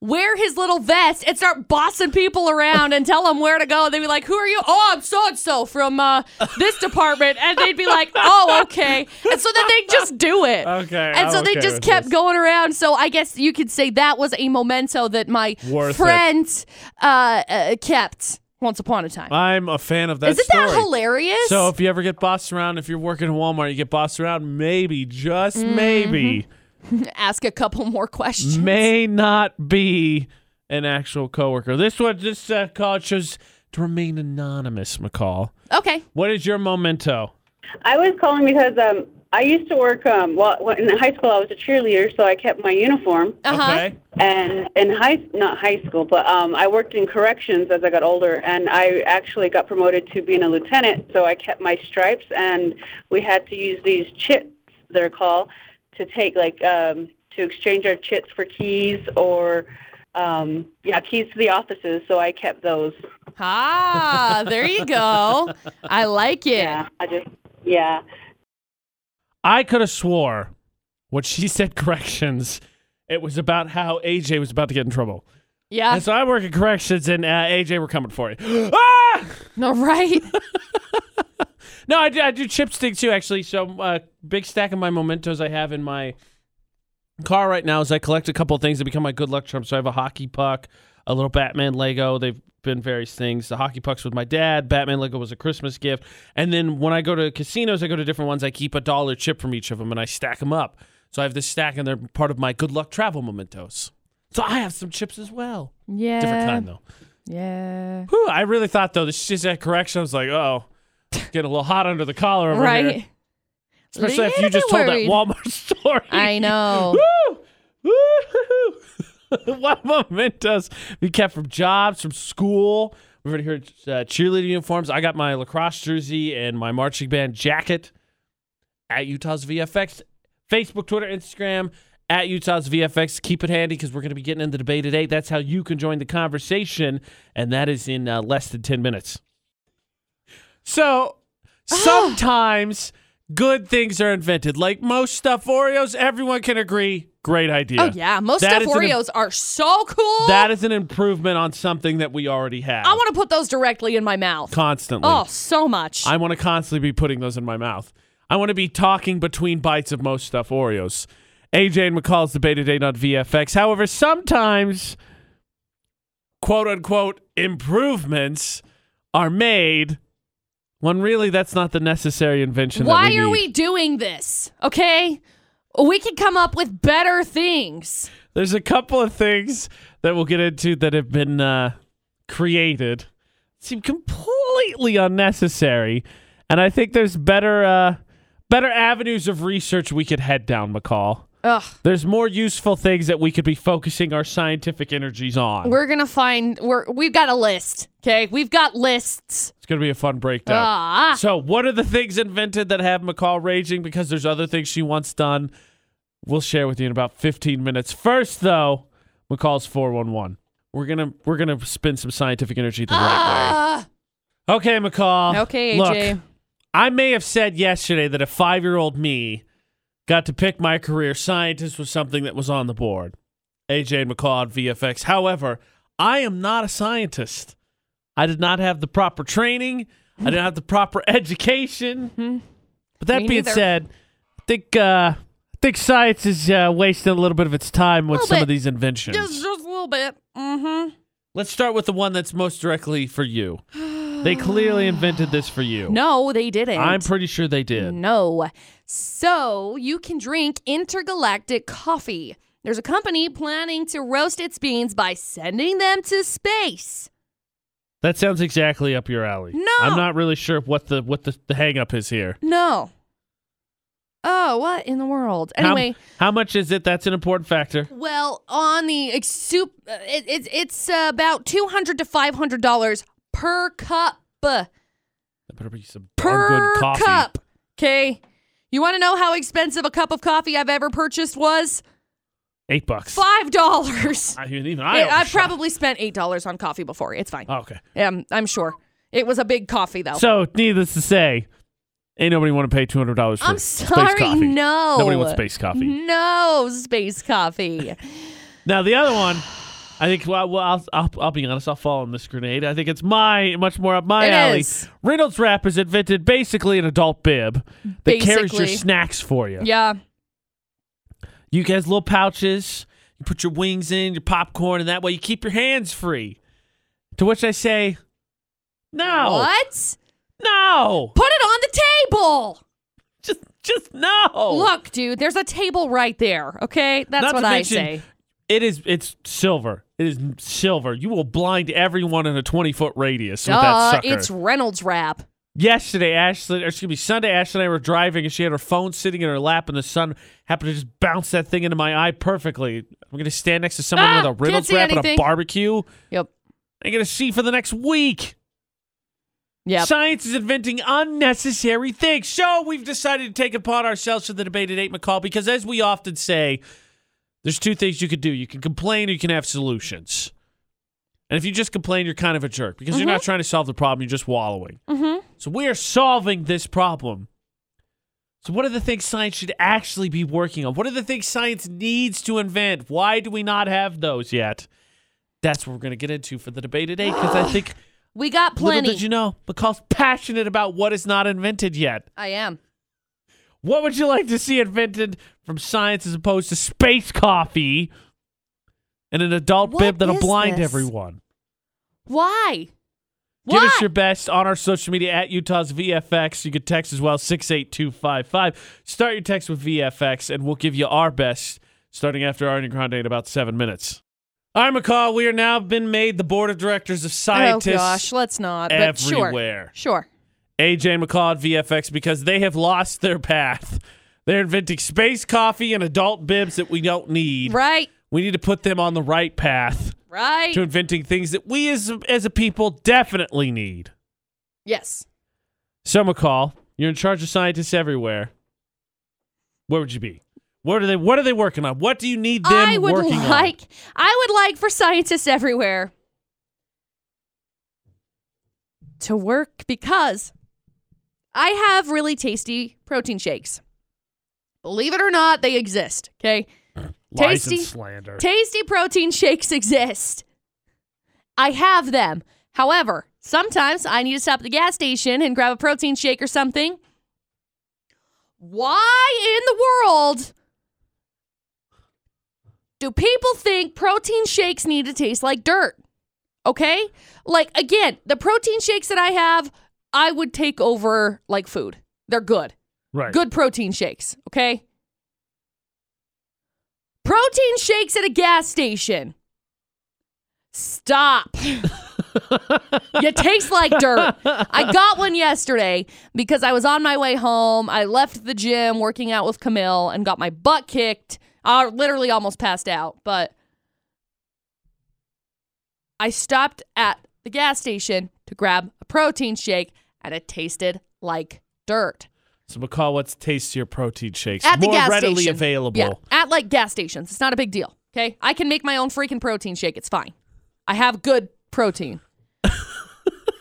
Speaker 2: wear his little vest, and start bossing people around and tell them where to go. They'd be like, "Who are you? Oh, I'm so and so from uh, this department," and they'd
Speaker 1: <laughs>
Speaker 2: be like, "Oh, okay." And so then they just do it.
Speaker 1: Okay,
Speaker 2: And so
Speaker 1: I'm
Speaker 2: they
Speaker 1: okay
Speaker 2: just
Speaker 1: with
Speaker 2: kept
Speaker 1: this.
Speaker 2: going around. So I guess you could say that was a memento that my
Speaker 1: Worth it.
Speaker 2: friend uh, uh, kept once upon a time.
Speaker 1: I'm a fan of that
Speaker 2: Isn't
Speaker 1: story.
Speaker 2: that hilarious?
Speaker 1: So if you ever get bossed around, if you're working at Walmart, you get bossed around, maybe, just maybe,
Speaker 2: Ask a couple more questions.
Speaker 1: may not be an actual coworker. This one, this uh, call chose to remain anonymous, McCall.
Speaker 2: Okay.
Speaker 1: What is your memento?
Speaker 6: I was calling because um, I used to work. Um, well, when- in high school, I was a cheerleader, so I kept my uniform.
Speaker 2: Uh huh.
Speaker 1: Okay.
Speaker 6: And in high, not high school, but um, I worked in corrections as I got older, and I actually got promoted to being a lieutenant. So I kept my stripes, and we had to use these chits, they're called, to take like um, to exchange our chits for keys or um, yeah, keys to the offices. So I kept those.
Speaker 2: Ah, there you go. I like it.
Speaker 6: Yeah, I just yeah.
Speaker 1: I could have swore what she <laughs> said corrections. It was about how AJ was about to get in trouble.
Speaker 2: Yeah.
Speaker 1: and so I work at corrections, and uh, AJ, we're coming for you. <gasps> ah!
Speaker 2: No, right?
Speaker 1: No, I do, I do chipstick too, actually. So, uh, big stack of my mementos I have in my car right now is I collect a couple of things that become my good luck charms. So, I have a hockey puck, a little Batman Lego. They've been various things. The hockey pucks with my dad, Batman Lego was a Christmas gift. And then when I go to casinos, I go to different ones. I keep a dollar chip from each of them and I stack them up. So, I have this stack, and they're part of my good luck travel mementos. So, I have some chips as well.
Speaker 2: Yeah.
Speaker 1: Different kind, though.
Speaker 2: Yeah.
Speaker 1: Whew, I really thought though, this is that correction. I was like, oh, get a little hot under the collar over here.
Speaker 2: Right.
Speaker 1: Especially after you
Speaker 2: Little
Speaker 1: just
Speaker 2: bit
Speaker 1: told that
Speaker 2: worried.
Speaker 1: Walmart <laughs> story.
Speaker 2: I know.
Speaker 1: Woo! Woo! <laughs> what mementos we kept from jobs, from school. We've already heard uh, cheerleading uniforms. I got my lacrosse jersey and my marching band jacket at Utah's VFX. Facebook, Twitter, Instagram at Utah's VFX. Keep it handy because we're going to be getting into the debate today. That's how you can join the conversation, and that is in uh, less than 10 minutes.
Speaker 2: Oh.
Speaker 1: So sometimes good things are invented. Like most stuff, Oreos, everyone can agree, great idea.
Speaker 2: Oh, yeah. Most
Speaker 1: That
Speaker 2: stuff
Speaker 1: is an im-
Speaker 2: Oreos are so cool.
Speaker 1: That is an improvement on something that we already have
Speaker 2: I want to put those directly in my mouth.
Speaker 1: constantly.
Speaker 2: Oh, so much.
Speaker 1: I want to constantly be putting those in my mouth. I want to be talking between bites of most stuff Oreos. AJ and McCall's debate today on VFX. However, sometimes quote unquote improvements are made when really that's not the necessary invention. that
Speaker 2: Why
Speaker 1: we
Speaker 2: are
Speaker 1: need.
Speaker 2: we doing this? Okay? We could come up with better things.
Speaker 1: There's a couple of things that we'll get into that have been uh, created. Seem completely unnecessary, and I think there's better uh, better avenues of research we could head down, McCall.
Speaker 2: Ugh.
Speaker 1: There's more useful things that we could be focusing our scientific energies on.
Speaker 2: We're going to find we're we've got a list. Okay? We've got lists.
Speaker 1: it's gonna be a fun breakdown.
Speaker 2: Ah.
Speaker 1: So, what are the things invented that have McCall raging? Because there's other things she wants done. We'll share with you in about 15 minutes. First, though, McCall's 411. We're gonna we're gonna spin some scientific energy the right
Speaker 2: Ah.
Speaker 1: way. Okay, McCall.
Speaker 2: Okay,
Speaker 1: Look,
Speaker 2: AJ.
Speaker 1: I may have said yesterday that a five year old me got to pick my career. Scientist was something that was on the board. AJ and McCall on VFX. However, I am not a scientist. I did not have the proper training. I didn't have the proper education. But that
Speaker 2: Mm-hmm. Me
Speaker 1: being
Speaker 2: neither.
Speaker 1: said, I think uh, I think science is uh, wasting a little bit of its time with
Speaker 2: Little
Speaker 1: some
Speaker 2: bit.
Speaker 1: of these inventions.
Speaker 2: Just, just a little bit. Mm-hmm.
Speaker 1: Let's start with the one that's most directly for you. They clearly invented this for you.
Speaker 2: No, they didn't.
Speaker 1: I'm pretty sure they did.
Speaker 2: No. So you can drink intergalactic coffee. There's a company planning to roast its beans by sending them to space.
Speaker 1: That sounds exactly up your alley.
Speaker 2: No.
Speaker 1: I'm not really sure what the what the, the hang up is here.
Speaker 2: No. Oh, what in the world?
Speaker 1: How-
Speaker 2: Anyway,
Speaker 1: how, much is it? That's an important factor.
Speaker 2: well, on the ex- soup, uh, it, it's it's uh, about two hundred to five hundred dollars per cup.
Speaker 1: That better be some darn
Speaker 2: Per
Speaker 1: good coffee.
Speaker 2: cup. Okay. You want to know how expensive a cup of coffee I've ever purchased was?
Speaker 1: Eight bucks.
Speaker 2: Five dollars.
Speaker 1: I even <laughs> I.
Speaker 2: I, I've
Speaker 1: overshot.
Speaker 2: probably spent eight dollars on coffee before. It's fine.
Speaker 1: Oh, okay.
Speaker 2: Um, I'm sure it was a big coffee though.
Speaker 1: So needless to say, ain't nobody want to pay two hundred dollars for
Speaker 2: I'm
Speaker 1: space
Speaker 2: sorry,
Speaker 1: coffee.
Speaker 2: no.
Speaker 1: Nobody wants space coffee.
Speaker 2: no
Speaker 1: <laughs>
Speaker 2: space coffee.
Speaker 1: Now the other one, I think. Well, well I'll, I'll I'll be honest. I'll fall on this grenade. I think it's my much more up my
Speaker 2: It
Speaker 1: alley.
Speaker 2: is.
Speaker 1: Reynolds Wrap is invented basically an adult bib that carries your
Speaker 2: Basically.
Speaker 1: snacks for you.
Speaker 2: yeah.
Speaker 1: You guys little pouches. You put your wings in, your popcorn, and that way you keep your hands free. To which I say, no,
Speaker 2: What?
Speaker 1: no,
Speaker 2: Put it on the table.
Speaker 1: just just no.
Speaker 2: Look, dude, there's a table right there. Okay, that's
Speaker 1: Oh. Not
Speaker 2: what
Speaker 1: to
Speaker 2: I
Speaker 1: mention-
Speaker 2: say.
Speaker 1: It is. It's silver. It is silver. You will blind everyone in a twenty-foot radius with that
Speaker 2: Duh,
Speaker 1: sucker.
Speaker 2: it's Reynolds wrap.
Speaker 1: yesterday, Ashley, or excuse me, Sunday, Ashley and I were driving, and she had her phone sitting in her lap, and the sun happened to just bounce that thing into my eye perfectly. I'm gonna stand next to someone
Speaker 2: Ah,
Speaker 1: with a
Speaker 2: can't
Speaker 1: Reynolds
Speaker 2: see
Speaker 1: wrap and a
Speaker 2: anything.
Speaker 1: barbecue.
Speaker 2: Yep.
Speaker 1: I'm gonna see for the next week.
Speaker 2: Yep.
Speaker 1: Science is inventing unnecessary things. So we've decided to take upon ourselves for the debate at eight McCall because, as we often say, there's two things you could do: you can complain or you can have solutions. And if you just complain, you're kind of a jerk because you're not trying to solve the problem; you're just wallowing.
Speaker 2: mm-hmm.
Speaker 1: So we are solving this problem. So what are the things science should actually be working on? What are the things science needs to invent? Why do we not have those yet? That's what we're going to get into for the debate today because I
Speaker 2: <gasps>
Speaker 1: think
Speaker 2: We got plenty.
Speaker 1: little did you know McCall's passionate about what is not invented yet.
Speaker 2: I am.
Speaker 1: What would you like to see invented from science as opposed to space coffee and an adult
Speaker 2: What
Speaker 1: bib that'll
Speaker 2: is
Speaker 1: blind
Speaker 2: this?
Speaker 1: everyone?
Speaker 2: Why?
Speaker 1: Give
Speaker 2: Why?
Speaker 1: us your best on our social media at Utah's VFX. You can text as well, 68255. Start your text with VFX, and we'll give you our best starting after Ariana Grande in about seven minutes. All right, McCall, we are now been made the board of directors of
Speaker 2: Oh
Speaker 1: scientists
Speaker 2: gosh, let's not. But sure,
Speaker 1: everywhere.
Speaker 2: sure.
Speaker 1: AJ and McCall at VFX because they have lost their path. They're inventing space coffee and adult bibs that we don't need.
Speaker 2: Right,
Speaker 1: We need to put them on the right path
Speaker 2: right.
Speaker 1: to inventing things that we as, as a people definitely need.
Speaker 2: Yes.
Speaker 1: So McCall, you're in charge of scientists everywhere. Where would you be? What are they? What are they working on? What do you need them
Speaker 2: I would
Speaker 1: working
Speaker 2: like I would like for scientists everywhere to work because I have really tasty protein shakes. Believe it or not, they exist, okay?
Speaker 1: on? Lies and
Speaker 2: tasty-
Speaker 1: slander.
Speaker 2: Tasty protein shakes exist. I have them. However, sometimes I need to stop at the gas station and grab a protein shake or something. Why in the world do people think protein shakes need to taste like dirt? Okay? Like, again, the protein shakes that I have, I would take over like food. They're good
Speaker 1: right.
Speaker 2: good protein shakes, okay? Protein shakes at a gas station. Stop. you taste like dirt. I got one yesterday because I was on my way home. I left the gym working out with Camille and got my butt kicked. I literally almost passed out, but I stopped at the gas station to grab a protein shake and it tasted like dirt
Speaker 1: So McCall, what's tastier protein shakes?
Speaker 2: at the
Speaker 1: More
Speaker 2: gas
Speaker 1: readily
Speaker 2: station.
Speaker 1: available.
Speaker 2: Yeah, at like gas stations. It's not a big deal. Okay, I can make my own freaking protein shake. It's fine. I have good protein. <laughs>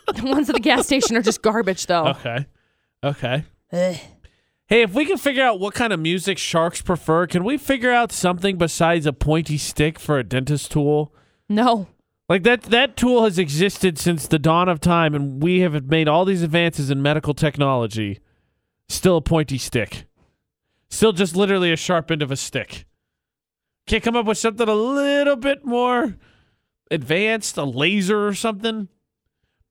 Speaker 1: Uh,
Speaker 2: the ones at the gas station are just garbage, though.
Speaker 1: Okay. Okay.
Speaker 2: Ugh.
Speaker 1: Hey, if we can figure out what kind of music sharks prefer, can we figure out something besides a pointy stick for a dentist tool?
Speaker 2: No.
Speaker 1: Like that that tool has existed since the dawn of time and we have made all these advances in medical technology. Still a pointy stick. Still just literally a sharp end of a stick. Can't come up with something a little bit more advanced, a laser or something.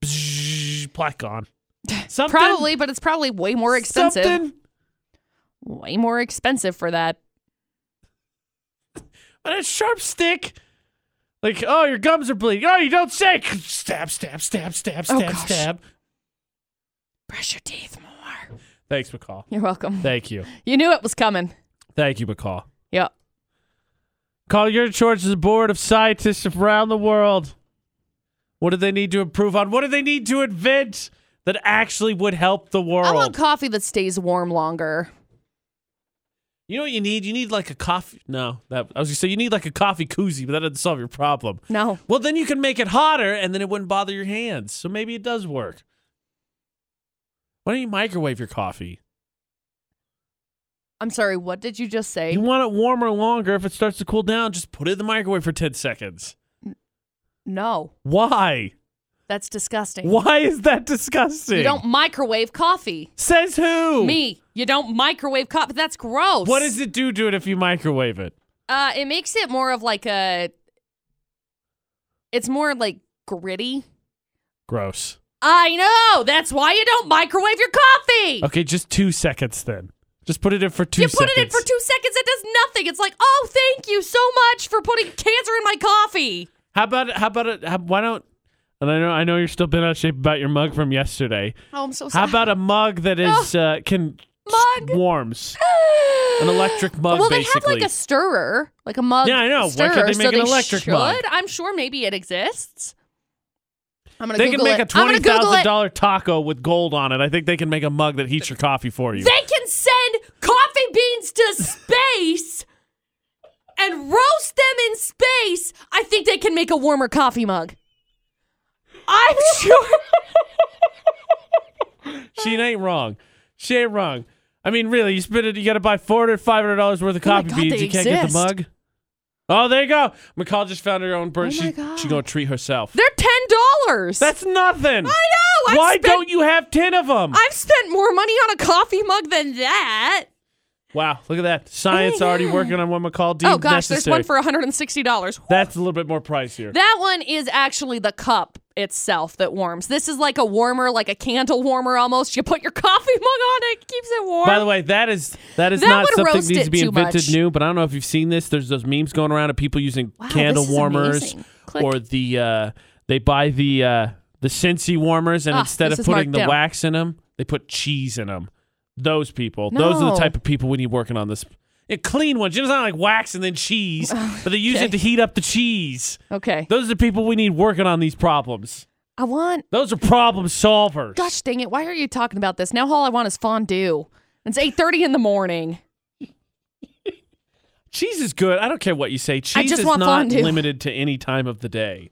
Speaker 1: Bzzz, plaque
Speaker 2: <laughs>
Speaker 1: on. Something
Speaker 2: Probably, but it's probably way more expensive.
Speaker 1: Something.
Speaker 2: Way more expensive for that.
Speaker 1: But a sharp stick. Like, oh, your gums are bleeding. Oh, you don't say. Stab, stab, stab, stab,
Speaker 2: Oh,
Speaker 1: stab,
Speaker 2: gosh.
Speaker 1: stab.
Speaker 2: Brush your teeth more.
Speaker 1: Thanks, McCall.
Speaker 2: You're welcome.
Speaker 1: Thank you.
Speaker 2: You knew it was coming.
Speaker 1: Thank you, McCall.
Speaker 2: Yep.
Speaker 1: Call your charge the board of scientists around the world. What do they need to improve on? What do they need to invent that actually would help the
Speaker 2: I want
Speaker 1: world?
Speaker 2: coffee that stays warm longer.
Speaker 1: you know what you need? You need like a coffee. No, that I was gonna say you need like a coffee koozie, but that doesn't solve your problem.
Speaker 2: No.
Speaker 1: Well, then you can make it hotter, and then it wouldn't bother your hands. So maybe it does work. Why don't you microwave your coffee?
Speaker 2: I'm sorry, what did you just say?
Speaker 1: You want it warmer longer. If it starts to cool down, just put it in the microwave for ten seconds.
Speaker 2: no.
Speaker 1: Why?
Speaker 2: That's disgusting.
Speaker 1: Why is that disgusting?
Speaker 2: You don't microwave coffee.
Speaker 1: Says who?
Speaker 2: Me. You don't microwave coffee. That's gross.
Speaker 1: What does it do to it if you microwave it?
Speaker 2: Uh, it makes it more of like a. It's more like gritty.
Speaker 1: Gross.
Speaker 2: I know. That's why you don't microwave your coffee.
Speaker 1: Okay, just two seconds then. Just put it in for two
Speaker 2: you put
Speaker 1: seconds.
Speaker 2: it in for two seconds. It does nothing. It's like, oh, thank you so much for putting cancer in my coffee.
Speaker 1: How about it? How about it? How, why don't? And I know I know you're still bent out of shape about your mug from yesterday.
Speaker 2: Oh, <sighs> I'm so
Speaker 1: How
Speaker 2: sorry.
Speaker 1: about a mug that is uh, can
Speaker 2: Mug.
Speaker 1: warms an electric mug
Speaker 2: well, they
Speaker 1: basically.
Speaker 2: have like a stirrer, like a mug.
Speaker 1: Yeah, I know. Why
Speaker 2: Stirrer,
Speaker 1: can't they
Speaker 2: so
Speaker 1: make an
Speaker 2: they
Speaker 1: electric
Speaker 2: should.
Speaker 1: mug?
Speaker 2: I'm sure maybe it exists. I'm gonna
Speaker 1: they
Speaker 2: Google
Speaker 1: can make
Speaker 2: it.
Speaker 1: a twenty
Speaker 2: I'm gonna Google
Speaker 1: thousand
Speaker 2: it.
Speaker 1: dollar taco with gold on it. I think they can make a mug that heats your coffee for you.
Speaker 2: They can send coffee beans to space and roast them in space. I think they can make a warmer coffee mug.
Speaker 1: <laughs>
Speaker 2: I'm sure.
Speaker 1: she ain't wrong. She ain't wrong. I mean, really, you spend it. You got to buy four hundred, five hundred dollars worth of
Speaker 2: Oh my
Speaker 1: coffee
Speaker 2: God,
Speaker 1: beans.
Speaker 2: they
Speaker 1: You can't get the
Speaker 2: exist.
Speaker 1: mug. Oh, there you go. McCall just found her own bird.
Speaker 2: Oh my
Speaker 1: she,
Speaker 2: God.
Speaker 1: she gonna treat herself.
Speaker 2: They're ten dollars.
Speaker 1: That's nothing.
Speaker 2: I know. I've
Speaker 1: Why
Speaker 2: spent,
Speaker 1: don't you have ten of them?
Speaker 2: I've spent more money on a coffee mug than that.
Speaker 1: wow, look at that. Science
Speaker 2: I
Speaker 1: already
Speaker 2: know.
Speaker 1: working on what McCall deemed
Speaker 2: oh gosh, there's
Speaker 1: necessary.
Speaker 2: one for 160 dollars.
Speaker 1: That's a little bit more pricier.
Speaker 2: That one is actually the cup itself that warms. This is like a warmer, like a candle warmer almost. You put your coffee mug on it, keeps it warm.
Speaker 1: By the way, that is that is
Speaker 2: That
Speaker 1: not
Speaker 2: would
Speaker 1: something that
Speaker 2: roast
Speaker 1: needs
Speaker 2: it
Speaker 1: to be
Speaker 2: too
Speaker 1: invented
Speaker 2: much.
Speaker 1: new. But I don't know if you've seen this. There's those memes going around of people using
Speaker 2: Wow,
Speaker 1: candle
Speaker 2: this is
Speaker 1: warmers
Speaker 2: amazing. Click.
Speaker 1: or the uh, they buy the uh, the Scentsy warmers and
Speaker 2: Ah,
Speaker 1: instead
Speaker 2: this
Speaker 1: of
Speaker 2: is
Speaker 1: putting
Speaker 2: marked
Speaker 1: the
Speaker 2: down.
Speaker 1: wax in them, they put cheese in them. Those people, those are the
Speaker 2: No.
Speaker 1: type of people we need working on this. Yeah, clean ones. You know, it's not like wax and then cheese,
Speaker 2: <laughs>
Speaker 1: but they use
Speaker 2: okay.
Speaker 1: it to heat up the cheese.
Speaker 2: okay.
Speaker 1: Those are the people we need working on these problems.
Speaker 2: I want.
Speaker 1: Those are problem solvers.
Speaker 2: Gosh dang it! Why are you talking about this now? All I want is fondue. It's 8:30 in the morning.
Speaker 1: Cheese is good. I don't care what you say. Cheese
Speaker 2: just
Speaker 1: is
Speaker 2: want
Speaker 1: not
Speaker 2: fondue.
Speaker 1: limited to any time of the day.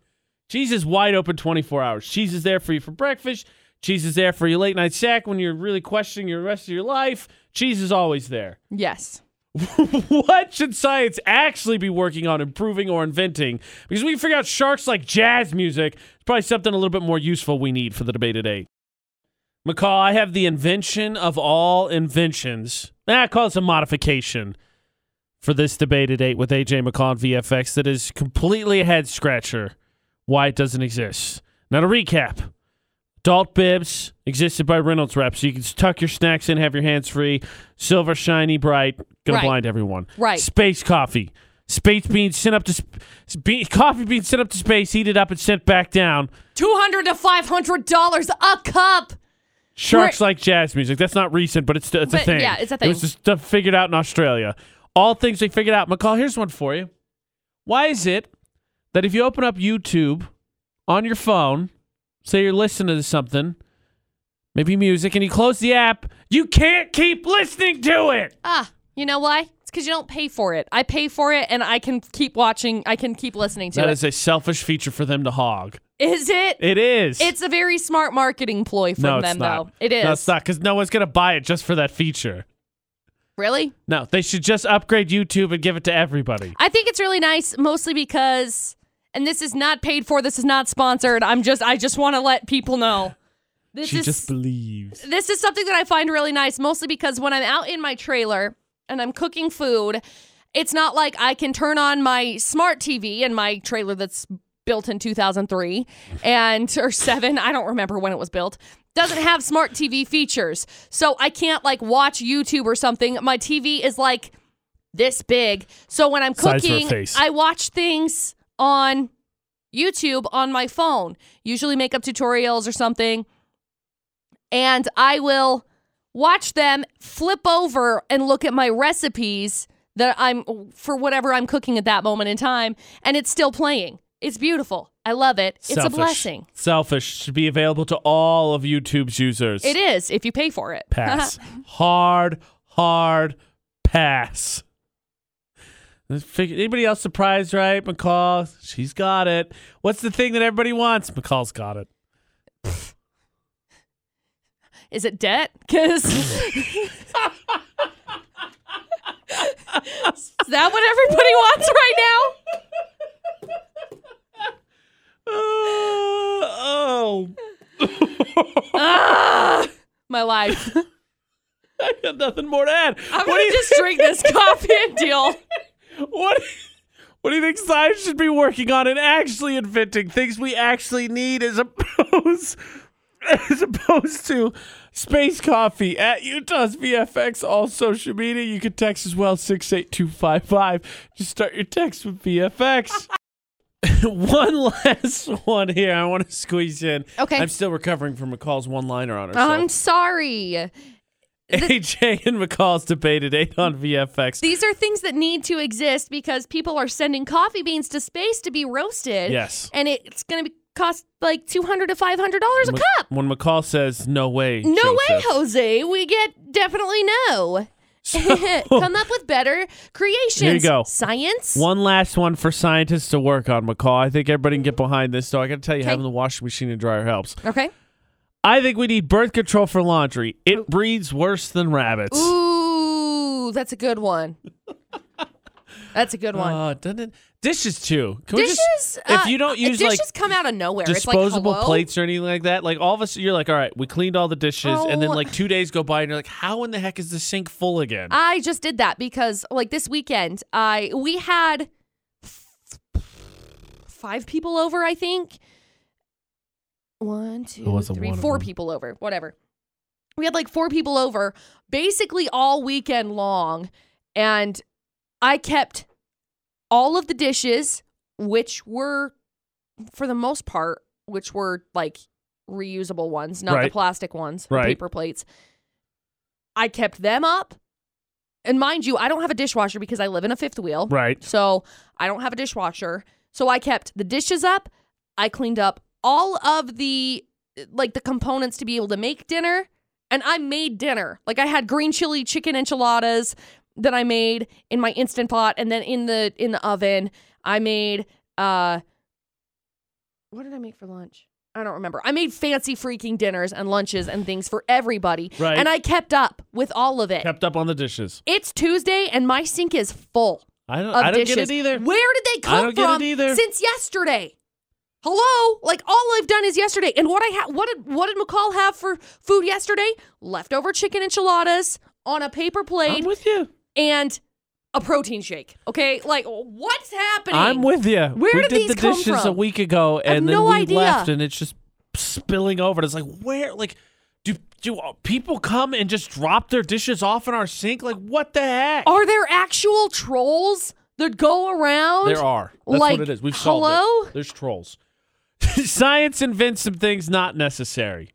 Speaker 1: Cheese is wide open 24 hours. Cheese is there for you for breakfast. Cheese is there for your late night sack when you're really questioning your rest of your life. Cheese is always there.
Speaker 2: <laughs> Yes.
Speaker 1: what should science actually be working on improving or inventing? Because we can figure out sharks like jazz music. It's probably something a little bit more useful we need for the debate today. McCall, I have the invention of all inventions. Ah, I call this a modification for this debate at eight with AJ McCall and VFX that is completely a head scratcher why it doesn't exist. Now to recap. Adult bibs existed by Reynolds Wrap, so you can tuck your snacks in, have your hands free. Silver, shiny, bright, gonna
Speaker 2: Right.
Speaker 1: blind everyone.
Speaker 2: Right.
Speaker 1: Space coffee, space beans sent up to sp- be- coffee beans sent up to space, heated up and sent back down.
Speaker 2: 200 to 500 dollars a cup.
Speaker 1: Sharks like jazz music. That's not recent, but it's, it's a
Speaker 2: But,
Speaker 1: thing.
Speaker 2: yeah, it's a
Speaker 1: It
Speaker 2: thing.
Speaker 1: was just stuff figured out in Australia. All things they figured out. McCall, here's one for you. Why is it that if you open up YouTube on your phone, say you're listening to something, maybe music, and you close the app, you can't keep listening to it?
Speaker 2: Ah, you know why? It's because you don't pay for it. I pay for it, and I can keep watching. I can keep listening to
Speaker 1: That
Speaker 2: it.
Speaker 1: is a selfish feature for them to hog.
Speaker 2: Is it?
Speaker 1: It is.
Speaker 2: It's a very smart marketing ploy from
Speaker 1: no, it's
Speaker 2: them,
Speaker 1: not.
Speaker 2: though. It is.
Speaker 1: No, it's not because no one's gonna buy it just for that feature.
Speaker 2: Really?
Speaker 1: No, they should just upgrade YouTube and give it to everybody.
Speaker 2: I think it's really nice, mostly because, and this is not paid for. This is not sponsored. I'm just, I just want to let people know. This
Speaker 1: she
Speaker 2: is
Speaker 1: just believes.
Speaker 2: this is something that I find really nice, mostly because when I'm out in my trailer and I'm cooking food, it's not like I can turn on my smart TV in my trailer that's built
Speaker 1: <laughs>
Speaker 2: in 2003 and or 7, I don't remember when it was built. Doesn't have smart TV features. So I can't like watch YouTube or something. My TV is like this big. So when I'm
Speaker 1: Size for a
Speaker 2: cooking,
Speaker 1: face.
Speaker 2: I watch things on YouTube on my phone, usually makeup tutorials or something and I will watch them flip over and look at my recipes that I'm for whatever I'm cooking at that moment in time, and it's still playing. It's beautiful. I love it. It's a
Speaker 1: Selfish.
Speaker 2: blessing.
Speaker 1: Selfish should be available to all of YouTube's users.
Speaker 2: It is <laughs> if you pay for it.
Speaker 1: Pass. hard, hard pass. Let's figure- Anybody else surprised, right? McCall, she's got it. What's the thing that everybody wants? McCall's got it.
Speaker 2: <laughs> is it debt? Because <laughs> is that what everybody wants right now?
Speaker 1: Uh, oh,
Speaker 2: Ah, my life.
Speaker 1: I got nothing more to add.
Speaker 2: I'm
Speaker 1: what,
Speaker 2: gonna
Speaker 1: do you, <laughs>
Speaker 2: just drink this coffee and deal.
Speaker 1: what, what do you think science should be working on and actually inventing things we actually need as opposed, <laughs> as opposed to space coffee at Utah's VFX, all social media. You can text as well, 68255. Just start your text with VFX. <laughs> one last one here I want to squeeze in.
Speaker 2: Okay. Um,
Speaker 1: I'm still recovering from McCall's one-liner on herself.
Speaker 2: I'm sorry.
Speaker 1: <laughs> AJ and McCall's debate at 8 on VFX.
Speaker 2: These are things that need to exist because people are sending coffee beans to space to be roasted.
Speaker 1: Yes.
Speaker 2: And it's going to cost like 200 to $500 a
Speaker 1: Mc-
Speaker 2: cup.
Speaker 1: When McCall says, no way.
Speaker 2: No way,
Speaker 1: Joseph."
Speaker 2: Jose. We get definitely no. <laughs> Come up with better creations.
Speaker 1: Here you go.
Speaker 2: Science.
Speaker 1: One last one for scientists to work on, McCall. I think everybody can get behind this, though. I got to tell you,
Speaker 2: Okay.
Speaker 1: having the washing machine and dryer helps.
Speaker 2: Okay.
Speaker 1: I think we need birth control for laundry. It breeds worse than rabbits.
Speaker 2: Ooh, that's a good one. That's a good one.
Speaker 1: Uh, doesn't it- Dishes, too. Can
Speaker 2: dishes.
Speaker 1: we just, if
Speaker 2: uh,
Speaker 1: you don't use
Speaker 2: dishes
Speaker 1: like
Speaker 2: come out of nowhere. it's like,
Speaker 1: disposable
Speaker 2: hello?
Speaker 1: plates or anything like that, like all of a sudden you're like, all right, we cleaned all the dishes, and then
Speaker 2: Oh.
Speaker 1: like two days go by, and you're like, how in the heck is the sink full again?
Speaker 2: I just did that because like this weekend, I we had f- five people over, I think. One, two,
Speaker 1: wasn't
Speaker 2: three,
Speaker 1: one of
Speaker 2: four
Speaker 1: them.
Speaker 2: people over, whatever. We had like four people over basically all weekend long and I kept all of the dishes which were for the most part which were like reusable ones, not the
Speaker 1: Right.
Speaker 2: plastic ones, the
Speaker 1: Right.
Speaker 2: paper plates. I kept them up. And mind you, I don't have a dishwasher because I live in a fifth wheel.
Speaker 1: right.
Speaker 2: So I don't have a dishwasher. So I kept the dishes up. I cleaned up all of the like the components to be able to make dinner. And I made dinner. Like I had green chili chicken enchiladas that I made in my instant pot and then in the in the oven. I made uh what did I make for lunch? I don't remember. I made fancy freaking dinners and lunches and things for everybody.
Speaker 1: Right.
Speaker 2: And I kept up with all of it.
Speaker 1: Kept up on the dishes.
Speaker 2: it's Tuesday and my sink is full
Speaker 1: I don't.
Speaker 2: of
Speaker 1: I don't
Speaker 2: dishes.
Speaker 1: get it either.
Speaker 2: Where did they come
Speaker 1: I don't get it
Speaker 2: from
Speaker 1: either.
Speaker 2: since yesterday? Hello, like all I've done is yesterday. And what I had, what did what did McCall have for food yesterday? Leftover chicken enchiladas on a paper
Speaker 1: I'm
Speaker 2: plate
Speaker 1: with you.
Speaker 2: and a protein shake. Okay, like what's happening?
Speaker 1: I'm with you.
Speaker 2: Where
Speaker 1: we
Speaker 2: did
Speaker 1: did
Speaker 2: these
Speaker 1: the
Speaker 2: come
Speaker 1: dishes a
Speaker 2: from?
Speaker 1: week ago, and then
Speaker 2: no
Speaker 1: we
Speaker 2: idea.
Speaker 1: left, and it's just spilling over. And it's like, where? Like, do do people come and just drop their dishes off in our sink? Like, what the heck?
Speaker 2: Are there actual trolls that go around?
Speaker 1: there are. That's
Speaker 2: like,
Speaker 1: what it is. We've
Speaker 2: hello?
Speaker 1: solved it. There's trolls. <laughs> Science invents some things not necessary.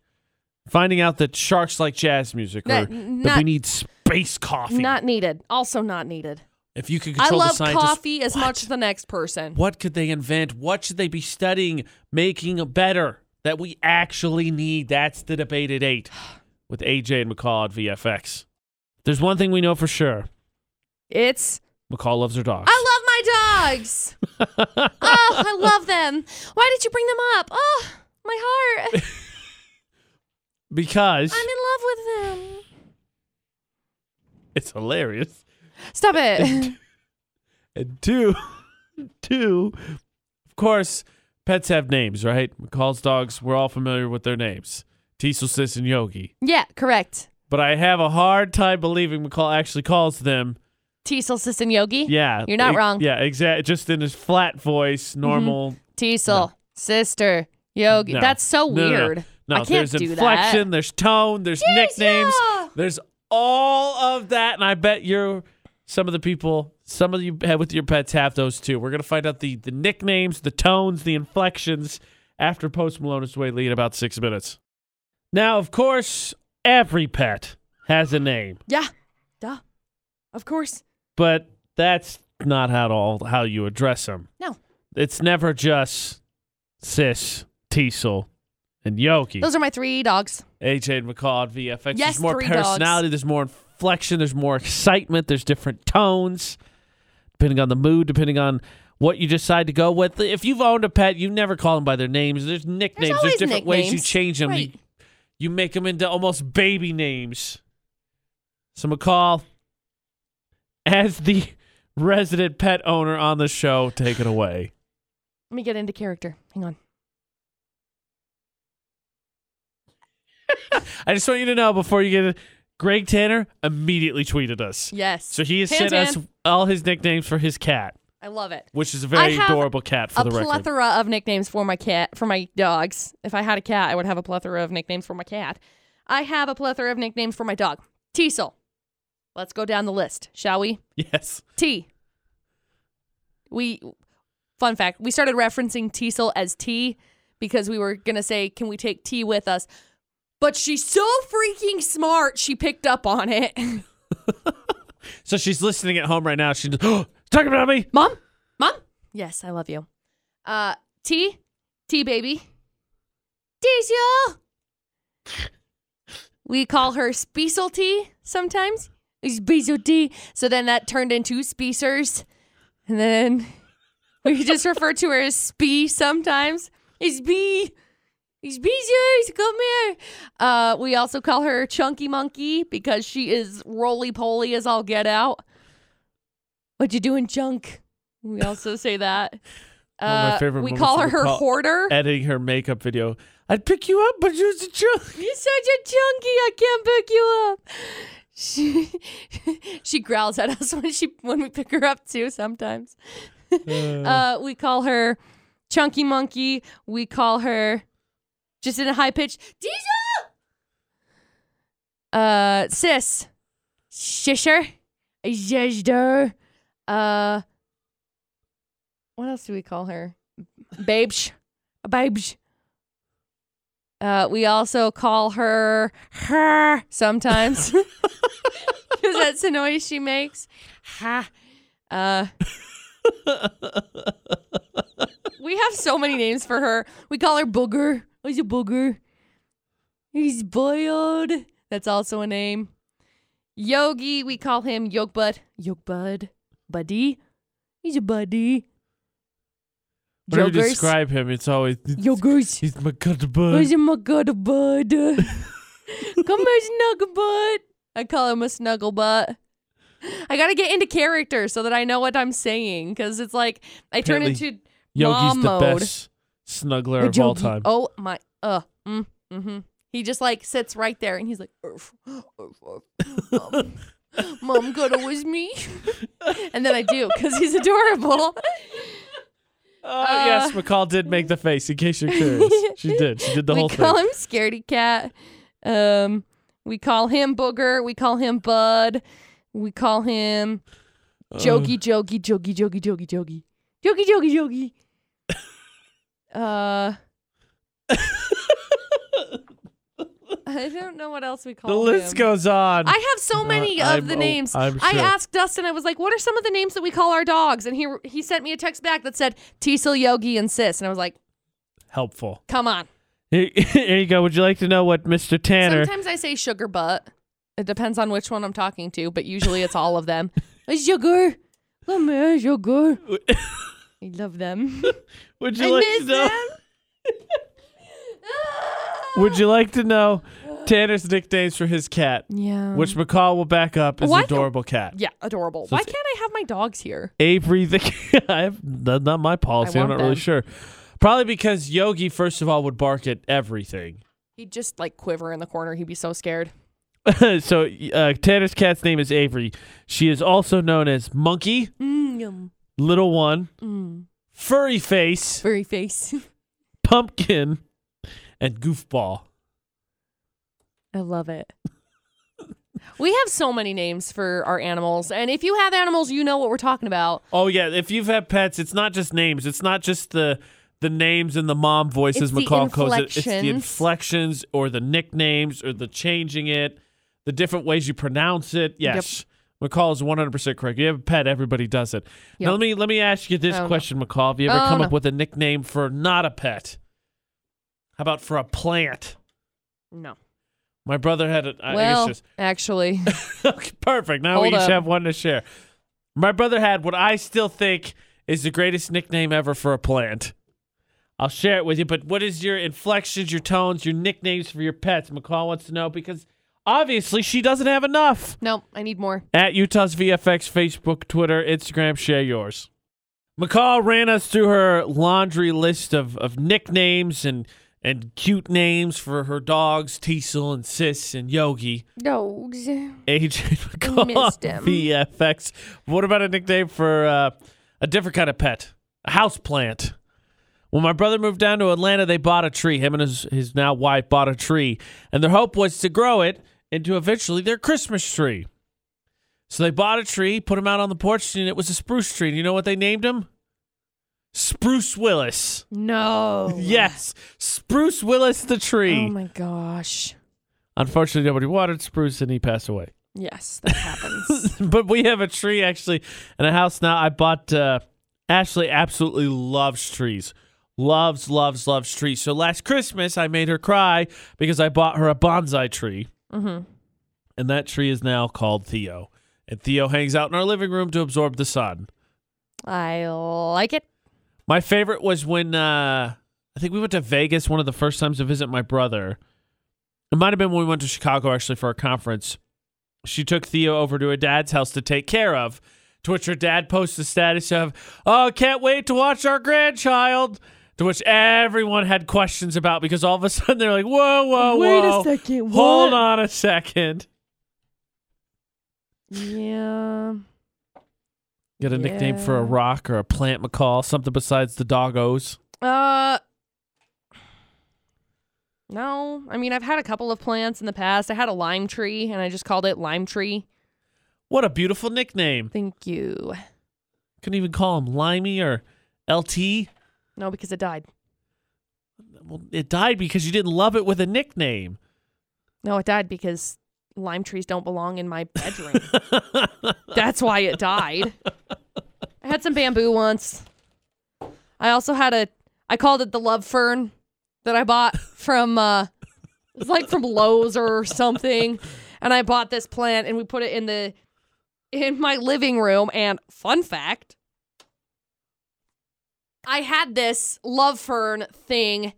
Speaker 1: Finding out that sharks like jazz music,
Speaker 2: That-
Speaker 1: or that
Speaker 2: not-
Speaker 1: we need space coffee.
Speaker 2: Not needed. Also not needed.
Speaker 1: if you could control
Speaker 2: I
Speaker 1: the
Speaker 2: love
Speaker 1: scientists,
Speaker 2: coffee as
Speaker 1: What?
Speaker 2: much as the next person.
Speaker 1: What could they invent? What should they be studying, making better that we actually need? That's the debate at eight with AJ and McCall at VFX. There's one thing we know for sure
Speaker 2: It's
Speaker 1: McCall loves her dogs.
Speaker 2: I love
Speaker 1: <laughs>
Speaker 2: my dogs. oh, I love them. Why did you bring them up? Oh, my heart.
Speaker 1: because
Speaker 2: I'm in love with them.
Speaker 1: It's hilarious.
Speaker 2: Stop
Speaker 1: <laughs>
Speaker 2: it.
Speaker 1: And two, <laughs> two, of course, pets have names, right? McCall's dogs, we're all familiar with their names. Teasel, Sis, and Yogi.
Speaker 2: yeah, correct.
Speaker 1: But I have a hard time believing McCall actually calls them.
Speaker 2: Teasel, Sis, and Yogi.
Speaker 1: Yeah.
Speaker 2: You're not
Speaker 1: e-
Speaker 2: wrong. Mm-hmm.
Speaker 1: Yeah, exactly. Just in his flat voice, normal.
Speaker 2: Teasel, sister, Yogi.
Speaker 1: No.
Speaker 2: That's so
Speaker 1: No, no, no.
Speaker 2: weird.
Speaker 1: No,
Speaker 2: I can't
Speaker 1: there's
Speaker 2: do
Speaker 1: inflection, there's tone, there's nicknames,
Speaker 2: yeah.
Speaker 1: there's all of that, and I bet you're some of the people, some of you have with your pets have those too. We're gonna find out the the nicknames, the tones, the inflections after Post Malone is way lead about six minutes. Now, of course, every pet has a name,
Speaker 2: that. Yeah. Duh. Of course.
Speaker 1: but that's not how to all how you address them.
Speaker 2: No.
Speaker 1: It's never just sis, Teasel, and Yoki.
Speaker 2: Those are my three dogs.
Speaker 1: AJ and McCall at VFX.
Speaker 2: Yes,
Speaker 1: there's more
Speaker 2: three
Speaker 1: personality, there's more inflection, there's more excitement, there's different tones, depending on the mood, depending on what you decide to go with. If you've owned a pet, you never call them by their names. There's nicknames, there's,
Speaker 2: always
Speaker 1: different ways you
Speaker 2: nicknames.
Speaker 1: change them.
Speaker 2: Right.
Speaker 1: You, you make them into almost baby names. So, McCall, as the <laughs> resident pet owner on the show, take it away.
Speaker 2: Let me get into character. Hang on.
Speaker 1: I just want you to know before you get it, Greg Tanner immediately tweeted us.
Speaker 2: Yes.
Speaker 1: So he has
Speaker 2: Tan
Speaker 1: sent us
Speaker 2: Tan.
Speaker 1: all his nicknames for his cat,
Speaker 2: I love it.
Speaker 1: which is a
Speaker 2: I
Speaker 1: very
Speaker 2: have
Speaker 1: adorable cat for
Speaker 2: a
Speaker 1: the record.
Speaker 2: plethora of nicknames for my cat, for my dogs. If I had a cat, I would have a plethora of nicknames for my cat. I have a plethora of nicknames for my dog. Teasel. Let's go down the list, shall we?
Speaker 1: Yes.
Speaker 2: T. We, fun fact, we started referencing Teasel as T because we were going to say, can we take T with us? But she's so freaking smart, she picked up on it. <laughs>
Speaker 1: So she's listening at home right now. She's <gasps> oh, talking about me.
Speaker 2: Mom? Mom? Yes, I love you. Uh, T? T baby? Diesel! We call her Spiesel T sometimes. Spiesel T. So then that turned into Speecers. And then we just refer to her as Spee sometimes. It's Bee. It's Speecers, come here. Uh, we also call her Chunky Monkey because she is roly poly as all get out. What you doing, Chunk? We also say that.
Speaker 1: One of my
Speaker 2: Uh,
Speaker 1: favorite
Speaker 2: we
Speaker 1: moments
Speaker 2: call her
Speaker 1: when we
Speaker 2: her
Speaker 1: call-
Speaker 2: hoarder.
Speaker 1: Editing her makeup video. I'd pick you up, but you're such a
Speaker 2: You're such a chunky. I can't pick you up. <laughs> She she growls at us <laughs> when she when we pick her up too. Sometimes
Speaker 1: Mm.
Speaker 2: uh, we call her chunky monkey. We call her just in a high pitch diesel. Uh, sis, shisher, zhezder. Uh, what else do we call her? Babes, babes. Uh, we also call her her sometimes because that's the noise she makes. Ha. Uh, we have so many names for her. We call her Booger. He's a booger. He's boiled. That's also a name. Yogi, we call him Yogbud. Yogbud. Buddy. He's a buddy.
Speaker 1: Whenever you
Speaker 2: Yogers.
Speaker 1: describe him, it's always
Speaker 2: Yogers.
Speaker 1: he's my good bud.
Speaker 2: Where's my
Speaker 1: <laughs>
Speaker 2: good bud? Come here, snuggle butt. I call him a snuggle butt. I gotta get into character so that I know what I'm saying, because it's like I turn
Speaker 1: Apparently,
Speaker 2: into
Speaker 1: Yogi's
Speaker 2: mom
Speaker 1: the
Speaker 2: mode.
Speaker 1: best snuggler of all
Speaker 2: Jogi.
Speaker 1: time.
Speaker 2: Oh my, uh, mm, mm-hmm. He just like sits right there and he's like, "Urf, urf, urf,
Speaker 1: <laughs>
Speaker 2: mom, mom, gotta with me, and then I do because he's adorable.
Speaker 1: Oh, yes, McCall did make the face. In case you're
Speaker 2: <laughs>
Speaker 1: curious, she did. She did the
Speaker 2: Uh. we
Speaker 1: whole
Speaker 2: call
Speaker 1: thing.
Speaker 2: him Scaredy Cat. Um, we call him Booger. We call him Bud. We call him
Speaker 1: Uh,
Speaker 2: Jokey, Jokey, Jokey, Jokey, Jokey, Jokey, Jokey, Jokey,
Speaker 1: <laughs>
Speaker 2: Jokey. uh, I don't know what else we call
Speaker 1: the list
Speaker 2: him.
Speaker 1: goes on.
Speaker 2: I have so many
Speaker 1: I-
Speaker 2: of
Speaker 1: I'm-
Speaker 2: the
Speaker 1: oh,
Speaker 2: names.
Speaker 1: I'm
Speaker 2: I
Speaker 1: sure.
Speaker 2: asked Dustin. I was like, "What are some of the names that we call our dogs?" And he he sent me a text back that said Teasel, Yogi, and Sis. And I was like,
Speaker 1: Helpful.
Speaker 2: "Come on."
Speaker 1: Here, <laughs> here you go. Would you like to know what Mr. Tanner?
Speaker 2: Sometimes I say sugar butt. It depends on which one I'm talking to, but usually it's all
Speaker 1: <laughs>
Speaker 2: of them. Sugar. Let me have sugar. I love them.
Speaker 1: Would you
Speaker 2: I
Speaker 1: like <laughs>
Speaker 2: miss
Speaker 1: to know?
Speaker 2: them. <sighs>
Speaker 1: Would you like to know Tanner's nicknames for his cat,
Speaker 2: <laughs> Yeah.
Speaker 1: which McCall will back up is
Speaker 2: Why don't-
Speaker 1: adorable cat.
Speaker 2: Mm. Yeah, adorable.
Speaker 1: So
Speaker 2: Why
Speaker 1: it's-
Speaker 2: can't I have my dogs here?
Speaker 1: Avery the <laughs> I have that's not my policy. I'm
Speaker 2: want
Speaker 1: not really
Speaker 2: them.
Speaker 1: sure. Probably because Yogi, first of all, would bark at everything.
Speaker 2: He'd just like quiver in the corner. He'd be so scared.
Speaker 1: <laughs> so uh, Tanner's cat's name is Avery. She is also known as Monkey,
Speaker 2: Mm,
Speaker 1: Little One,
Speaker 2: mm.
Speaker 1: Furry Face,
Speaker 2: Furry face. <laughs>
Speaker 1: Pumpkin, and Goofball.
Speaker 2: I
Speaker 1: <laughs>
Speaker 2: love it. we have so many names for our animals. And if you have animals, you know what we're talking about.
Speaker 1: Oh yeah, if you've had pets, it's not just names. It's not just the the names and the mom voice
Speaker 2: It's
Speaker 1: as
Speaker 2: the
Speaker 1: McCall calls it. It's the
Speaker 2: inflections.
Speaker 1: inflections or the nicknames or the changing it, the different ways you pronounce it. Yes. McCall is 100% correct. You have a pet, everybody does it. Now
Speaker 2: Yep.
Speaker 1: let me let me ask you this
Speaker 2: Oh, no.
Speaker 1: question, McCall. Have you ever
Speaker 2: Oh,
Speaker 1: come
Speaker 2: no.
Speaker 1: up with a nickname for not a pet? How about for a plant?
Speaker 2: No.
Speaker 1: My brother had a I guess
Speaker 2: well,
Speaker 1: just
Speaker 2: actually,
Speaker 1: <laughs> Okay, Perfect. Now
Speaker 2: Hold
Speaker 1: we each
Speaker 2: up.
Speaker 1: have one to share. My brother had what I still think is the greatest nickname ever for a plant. I'll share it with you, but what is your inflections, your tones, your nicknames for your pets? McCall wants to know because obviously she doesn't have enough.
Speaker 2: no, I need more.
Speaker 1: At Utah's VFX, Facebook, Twitter, Instagram, share yours. McCall ran us through her laundry list of, of nicknames and, and cute names for her dogs, Teasel and Sis and Yogi.
Speaker 2: Dogs.
Speaker 1: Agent <laughs>
Speaker 2: missed
Speaker 1: McCall
Speaker 2: him.
Speaker 1: VFX. What about a nickname for uh, a different kind of pet? A house plant. When my brother moved down to Atlanta, they bought a tree. Him and his, his now wife bought a tree, and their hope was to grow it into eventually their Christmas tree. So they bought a tree, put him out on the porch, and it was a spruce tree. And you know what they named him? Spruce Willis.
Speaker 2: No.
Speaker 1: Yes, Spruce Willis the tree.
Speaker 2: Oh my gosh.
Speaker 1: Unfortunately, nobody watered Spruce, and he passed away. <laughs>
Speaker 2: Yes, that happens.
Speaker 1: but we have a tree actually in a house now. I bought uh, Ashley absolutely loves trees. Loves, loves, loves trees. So last Christmas I made her cry because I bought her a bonsai tree.
Speaker 2: hmm
Speaker 1: And that tree is now called Theo. And Theo hangs out in our living room to absorb the sun.
Speaker 2: I like it.
Speaker 1: My favorite was when uh, I think we went to Vegas one of the first times to visit my brother. It might have been when we went to Chicago actually for a conference. She took Theo over to her dad's house to take care of, to which her dad posts a status of, Oh, can't wait to watch our grandchild. To which everyone had questions about because all of a <laughs> sudden they're like, Whoa, whoa,
Speaker 2: Wait a
Speaker 1: whoa.
Speaker 2: second,
Speaker 1: Oh, Hold
Speaker 2: what?"
Speaker 1: on a second.
Speaker 2: Yeah.
Speaker 1: Get a nickname for a
Speaker 2: Yeah.
Speaker 1: rock or a plant, McCall, something besides the doggos.
Speaker 2: Uh No. I mean, I've had a couple of plants in the past. I had a lime tree and I just called it lime tree.
Speaker 1: What a beautiful nickname.
Speaker 2: Thank you.
Speaker 1: Couldn't even call him Limey or LT.
Speaker 2: No, because it died.
Speaker 1: Well, it died because you didn't love it with a nickname.
Speaker 2: No, it died because lime trees don't belong in my bedroom. That's why it died. I had some bamboo once. I also had a I called it the love fern that I bought from uh it was like from Lowe's or something. And I bought this plant and we put it in the in my living room and fun fact I had this love fern thing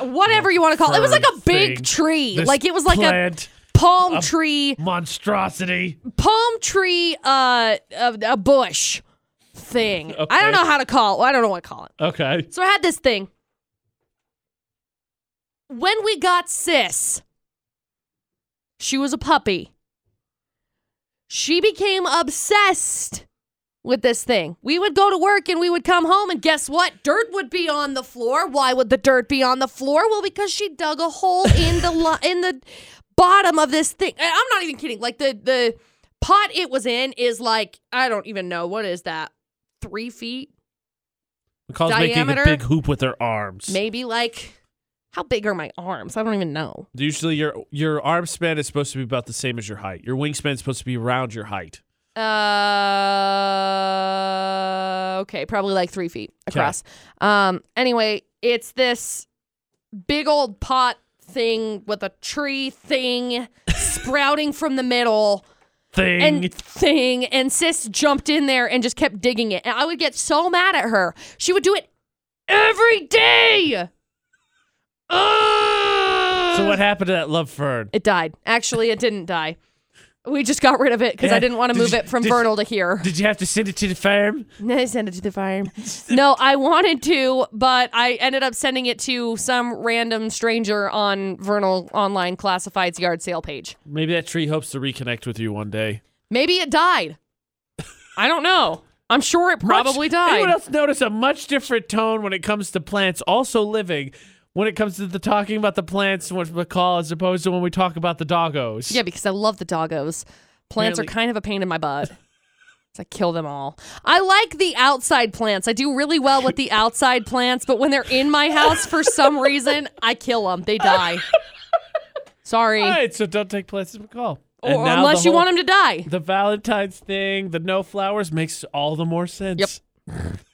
Speaker 2: whatever you want to call it. It was
Speaker 1: Fern
Speaker 2: like a big
Speaker 1: thing.
Speaker 2: tree.
Speaker 1: This
Speaker 2: like it was like
Speaker 1: plant
Speaker 2: a palm
Speaker 1: of-
Speaker 2: tree
Speaker 1: monstrosity.
Speaker 2: palm tree uh a, a bush thing. I
Speaker 1: <laughs> Okay.
Speaker 2: don't know how to call I don't know what to call it.
Speaker 1: Okay.
Speaker 2: <laughs> So I had this thing. When we got sis, she was a puppy. She became obsessed with this thing. We would go to work and we would come home, and guess what? Dirt would be on the floor. Why would the dirt be on the floor? Well, because she dug a hole in the li- in the bottom of this thing. And I'm not even kidding. Like the the pot it was in is like I don't even know what is that three feet
Speaker 1: McCall's making a
Speaker 2: Diameter?
Speaker 1: big hoop with her arms.
Speaker 2: maybe like how big are my arms? I don't even know.
Speaker 1: Usually your your arm span is supposed to be about the same as your height. Your wingspan is supposed to be around your height.
Speaker 2: Uh, okay, probably like three feet across. Um, anyway, it's this big old pot thing with a
Speaker 1: <laughs>
Speaker 2: tree thing sprouting from the middle
Speaker 1: Thing.
Speaker 2: and thing and sis jumped in there and just kept digging it and i would get so mad at her she would do it every day Ugh!
Speaker 1: So what happened to that love fern?
Speaker 2: It died. Actually, it didn't die. We just got rid of it because
Speaker 1: Yeah,
Speaker 2: I didn't want to
Speaker 1: did
Speaker 2: move
Speaker 1: you-
Speaker 2: it from
Speaker 1: did-
Speaker 2: Vernal to here.
Speaker 1: Did you have to send it to the farm?
Speaker 2: No, send it to
Speaker 1: <laughs>
Speaker 2: the farm. no, I wanted to, but I ended up sending it to some random stranger on Vernal Online Classifieds yard sale page.
Speaker 1: Maybe that tree hopes to reconnect with you one day.
Speaker 2: Maybe it died. I don't know. I'm sure it probably
Speaker 1: Much- Anyone
Speaker 2: died.
Speaker 1: else notice a much different tone when it comes to plants also living? When it comes to the talking about the plants, what we call as opposed to when we talk about the doggos.
Speaker 2: Yeah, because I love the doggos. Plants are
Speaker 1: Apparently-
Speaker 2: kind of a pain in my butt. <laughs> So I kill them all. I like the outside plants. I do really well
Speaker 1: <laughs>
Speaker 2: with the outside plants, but when they're in my house for some reason, I kill them. They die. Sorry.
Speaker 1: All right, so don't take plants in McCall. And
Speaker 2: Or
Speaker 1: now the
Speaker 2: unless you
Speaker 1: whole-
Speaker 2: want them to die.
Speaker 1: The Valentine's thing, the no flowers makes all the more sense. Yep. <laughs>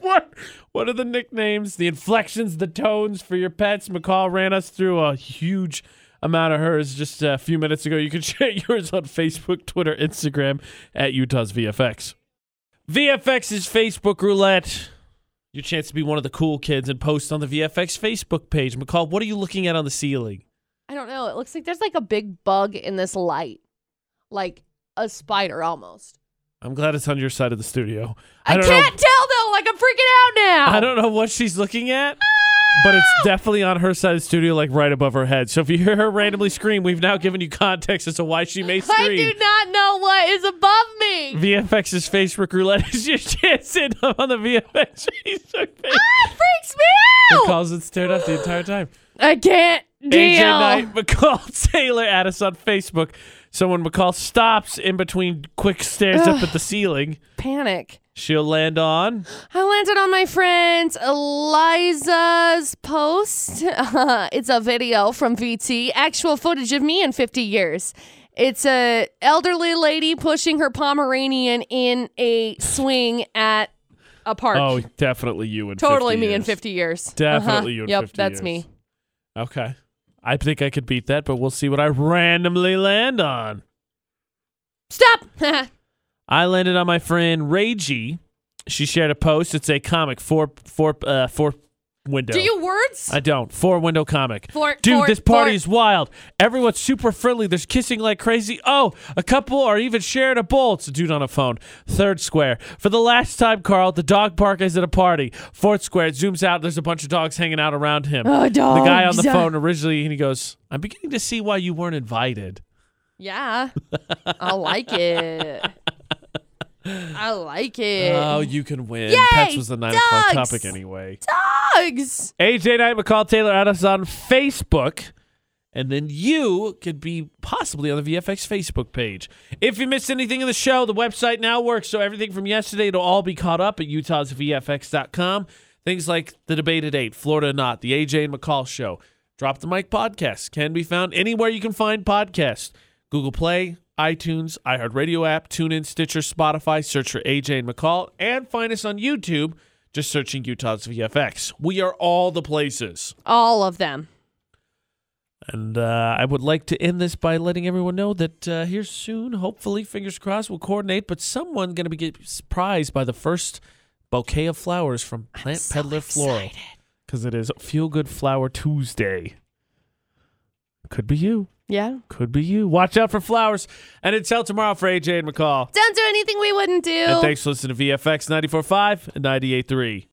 Speaker 1: what what are the nicknames, the inflections, the tones for your pets? McCall ran us through a huge amount of hers just a few minutes ago. You can <laughs> share yours on Facebook, Twitter, Instagram at Utah's VFX. VFX's Facebook roulette. Your chance to be one of the cool kids and post on the VFX Facebook page. McCall, what are you looking at on the ceiling?
Speaker 2: I don't know. It looks like there's like a big bug in this light, like a spider almost.
Speaker 1: I'm glad it's on your side of the studio.
Speaker 2: I,
Speaker 1: don't know-
Speaker 2: can't tell though. Like I'm freaking out now.
Speaker 1: I don't know what she's looking at, but it's definitely on her side of the studio, like right above her head. So if you hear her randomly scream, we've now given you context as to why she
Speaker 2: <laughs>
Speaker 1: may
Speaker 2: I do
Speaker 1: scream.
Speaker 2: not know what is above me.
Speaker 1: VFX's Facebook roulette is your chance in on the VFX Facebook page.
Speaker 2: Ah, It freaks me out.
Speaker 1: McCall's been stared up the entire time.
Speaker 2: I can't
Speaker 1: AJ
Speaker 2: deal.
Speaker 1: Knight, McCall <laughs> Taylor at us on Facebook. So when McCall stops in between quick stares up
Speaker 2: <sighs>
Speaker 1: at the ceiling,
Speaker 2: Panic.
Speaker 1: she'll land on.
Speaker 2: I landed on my friend Eliza's post. <laughs> it's a video from VT, actual footage of me in 50 years. It's a elderly lady pushing her Pomeranian in a swing at a park.
Speaker 1: Oh, definitely you in
Speaker 2: totally
Speaker 1: 50
Speaker 2: me
Speaker 1: years.
Speaker 2: in 50 years.
Speaker 1: Definitely
Speaker 2: Uh-huh.
Speaker 1: you in
Speaker 2: yep,
Speaker 1: 50
Speaker 2: that's
Speaker 1: years.
Speaker 2: me.
Speaker 1: Okay. I think I could beat that, but we'll see what I randomly land on.
Speaker 2: Stop. <laughs>
Speaker 1: I landed on my friend Ragey. She shared a post. It's a comic four four uh four window.
Speaker 2: Do you words?
Speaker 1: I don't. Four window comic.
Speaker 2: Fort,
Speaker 1: Dude,
Speaker 2: fort,
Speaker 1: this party
Speaker 2: fort.
Speaker 1: is wild. Everyone's super friendly. There's kissing like crazy. Oh, a couple are even sharing a bowl. It's a dude on a phone. Third square. For the last time, Carl, the dog park is at a party. Fourth square. It zooms out. There's a bunch of dogs hanging out around
Speaker 2: <sighs>
Speaker 1: him. <sighs>
Speaker 2: Oh,
Speaker 1: The guy on the
Speaker 2: dogs.
Speaker 1: phone originally, and he goes, I'm beginning to see why you weren't invited.
Speaker 2: yeah. I like it. I like it.
Speaker 1: Oh, you can win.
Speaker 2: Eh. Yay,
Speaker 1: Pets was the nine o'clock
Speaker 2: dogs.
Speaker 1: topic anyway.
Speaker 2: Dogs.
Speaker 1: AJ Knight, McCall Taylor at us on Facebook. And then you could be possibly on the VFX Facebook page. If you missed anything in the show, the website now works. So everything from yesterday, it'll all be caught up at utahsvfx.com. Things like the debate at 8, Florida or Not, the AJ and McCall show, Drop the Mic podcast can be found anywhere you can find podcasts. Google Play, iTunes, iHeartRadio app, TuneIn, Stitcher, Spotify. Search for AJ and McCall and find us on YouTube. Just searching Utah's VFX. We are all the places.
Speaker 2: All of them.
Speaker 1: And uh, I would like to end this by letting everyone know that uh, here soon, hopefully, fingers crossed, we'll coordinate. But someone going to be get surprised by the first bouquet of flowers from Plant
Speaker 2: so
Speaker 1: Peddler Floral
Speaker 2: excited.
Speaker 1: because it is Feel Good Flower Tuesday. Could be you.
Speaker 2: Yeah.
Speaker 1: Could be you. Watch out for flowers. And until tomorrow for AJ and McCall.
Speaker 2: Don't do anything we wouldn't do.
Speaker 1: And thanks for listening to VFX 94.5 and 98.3.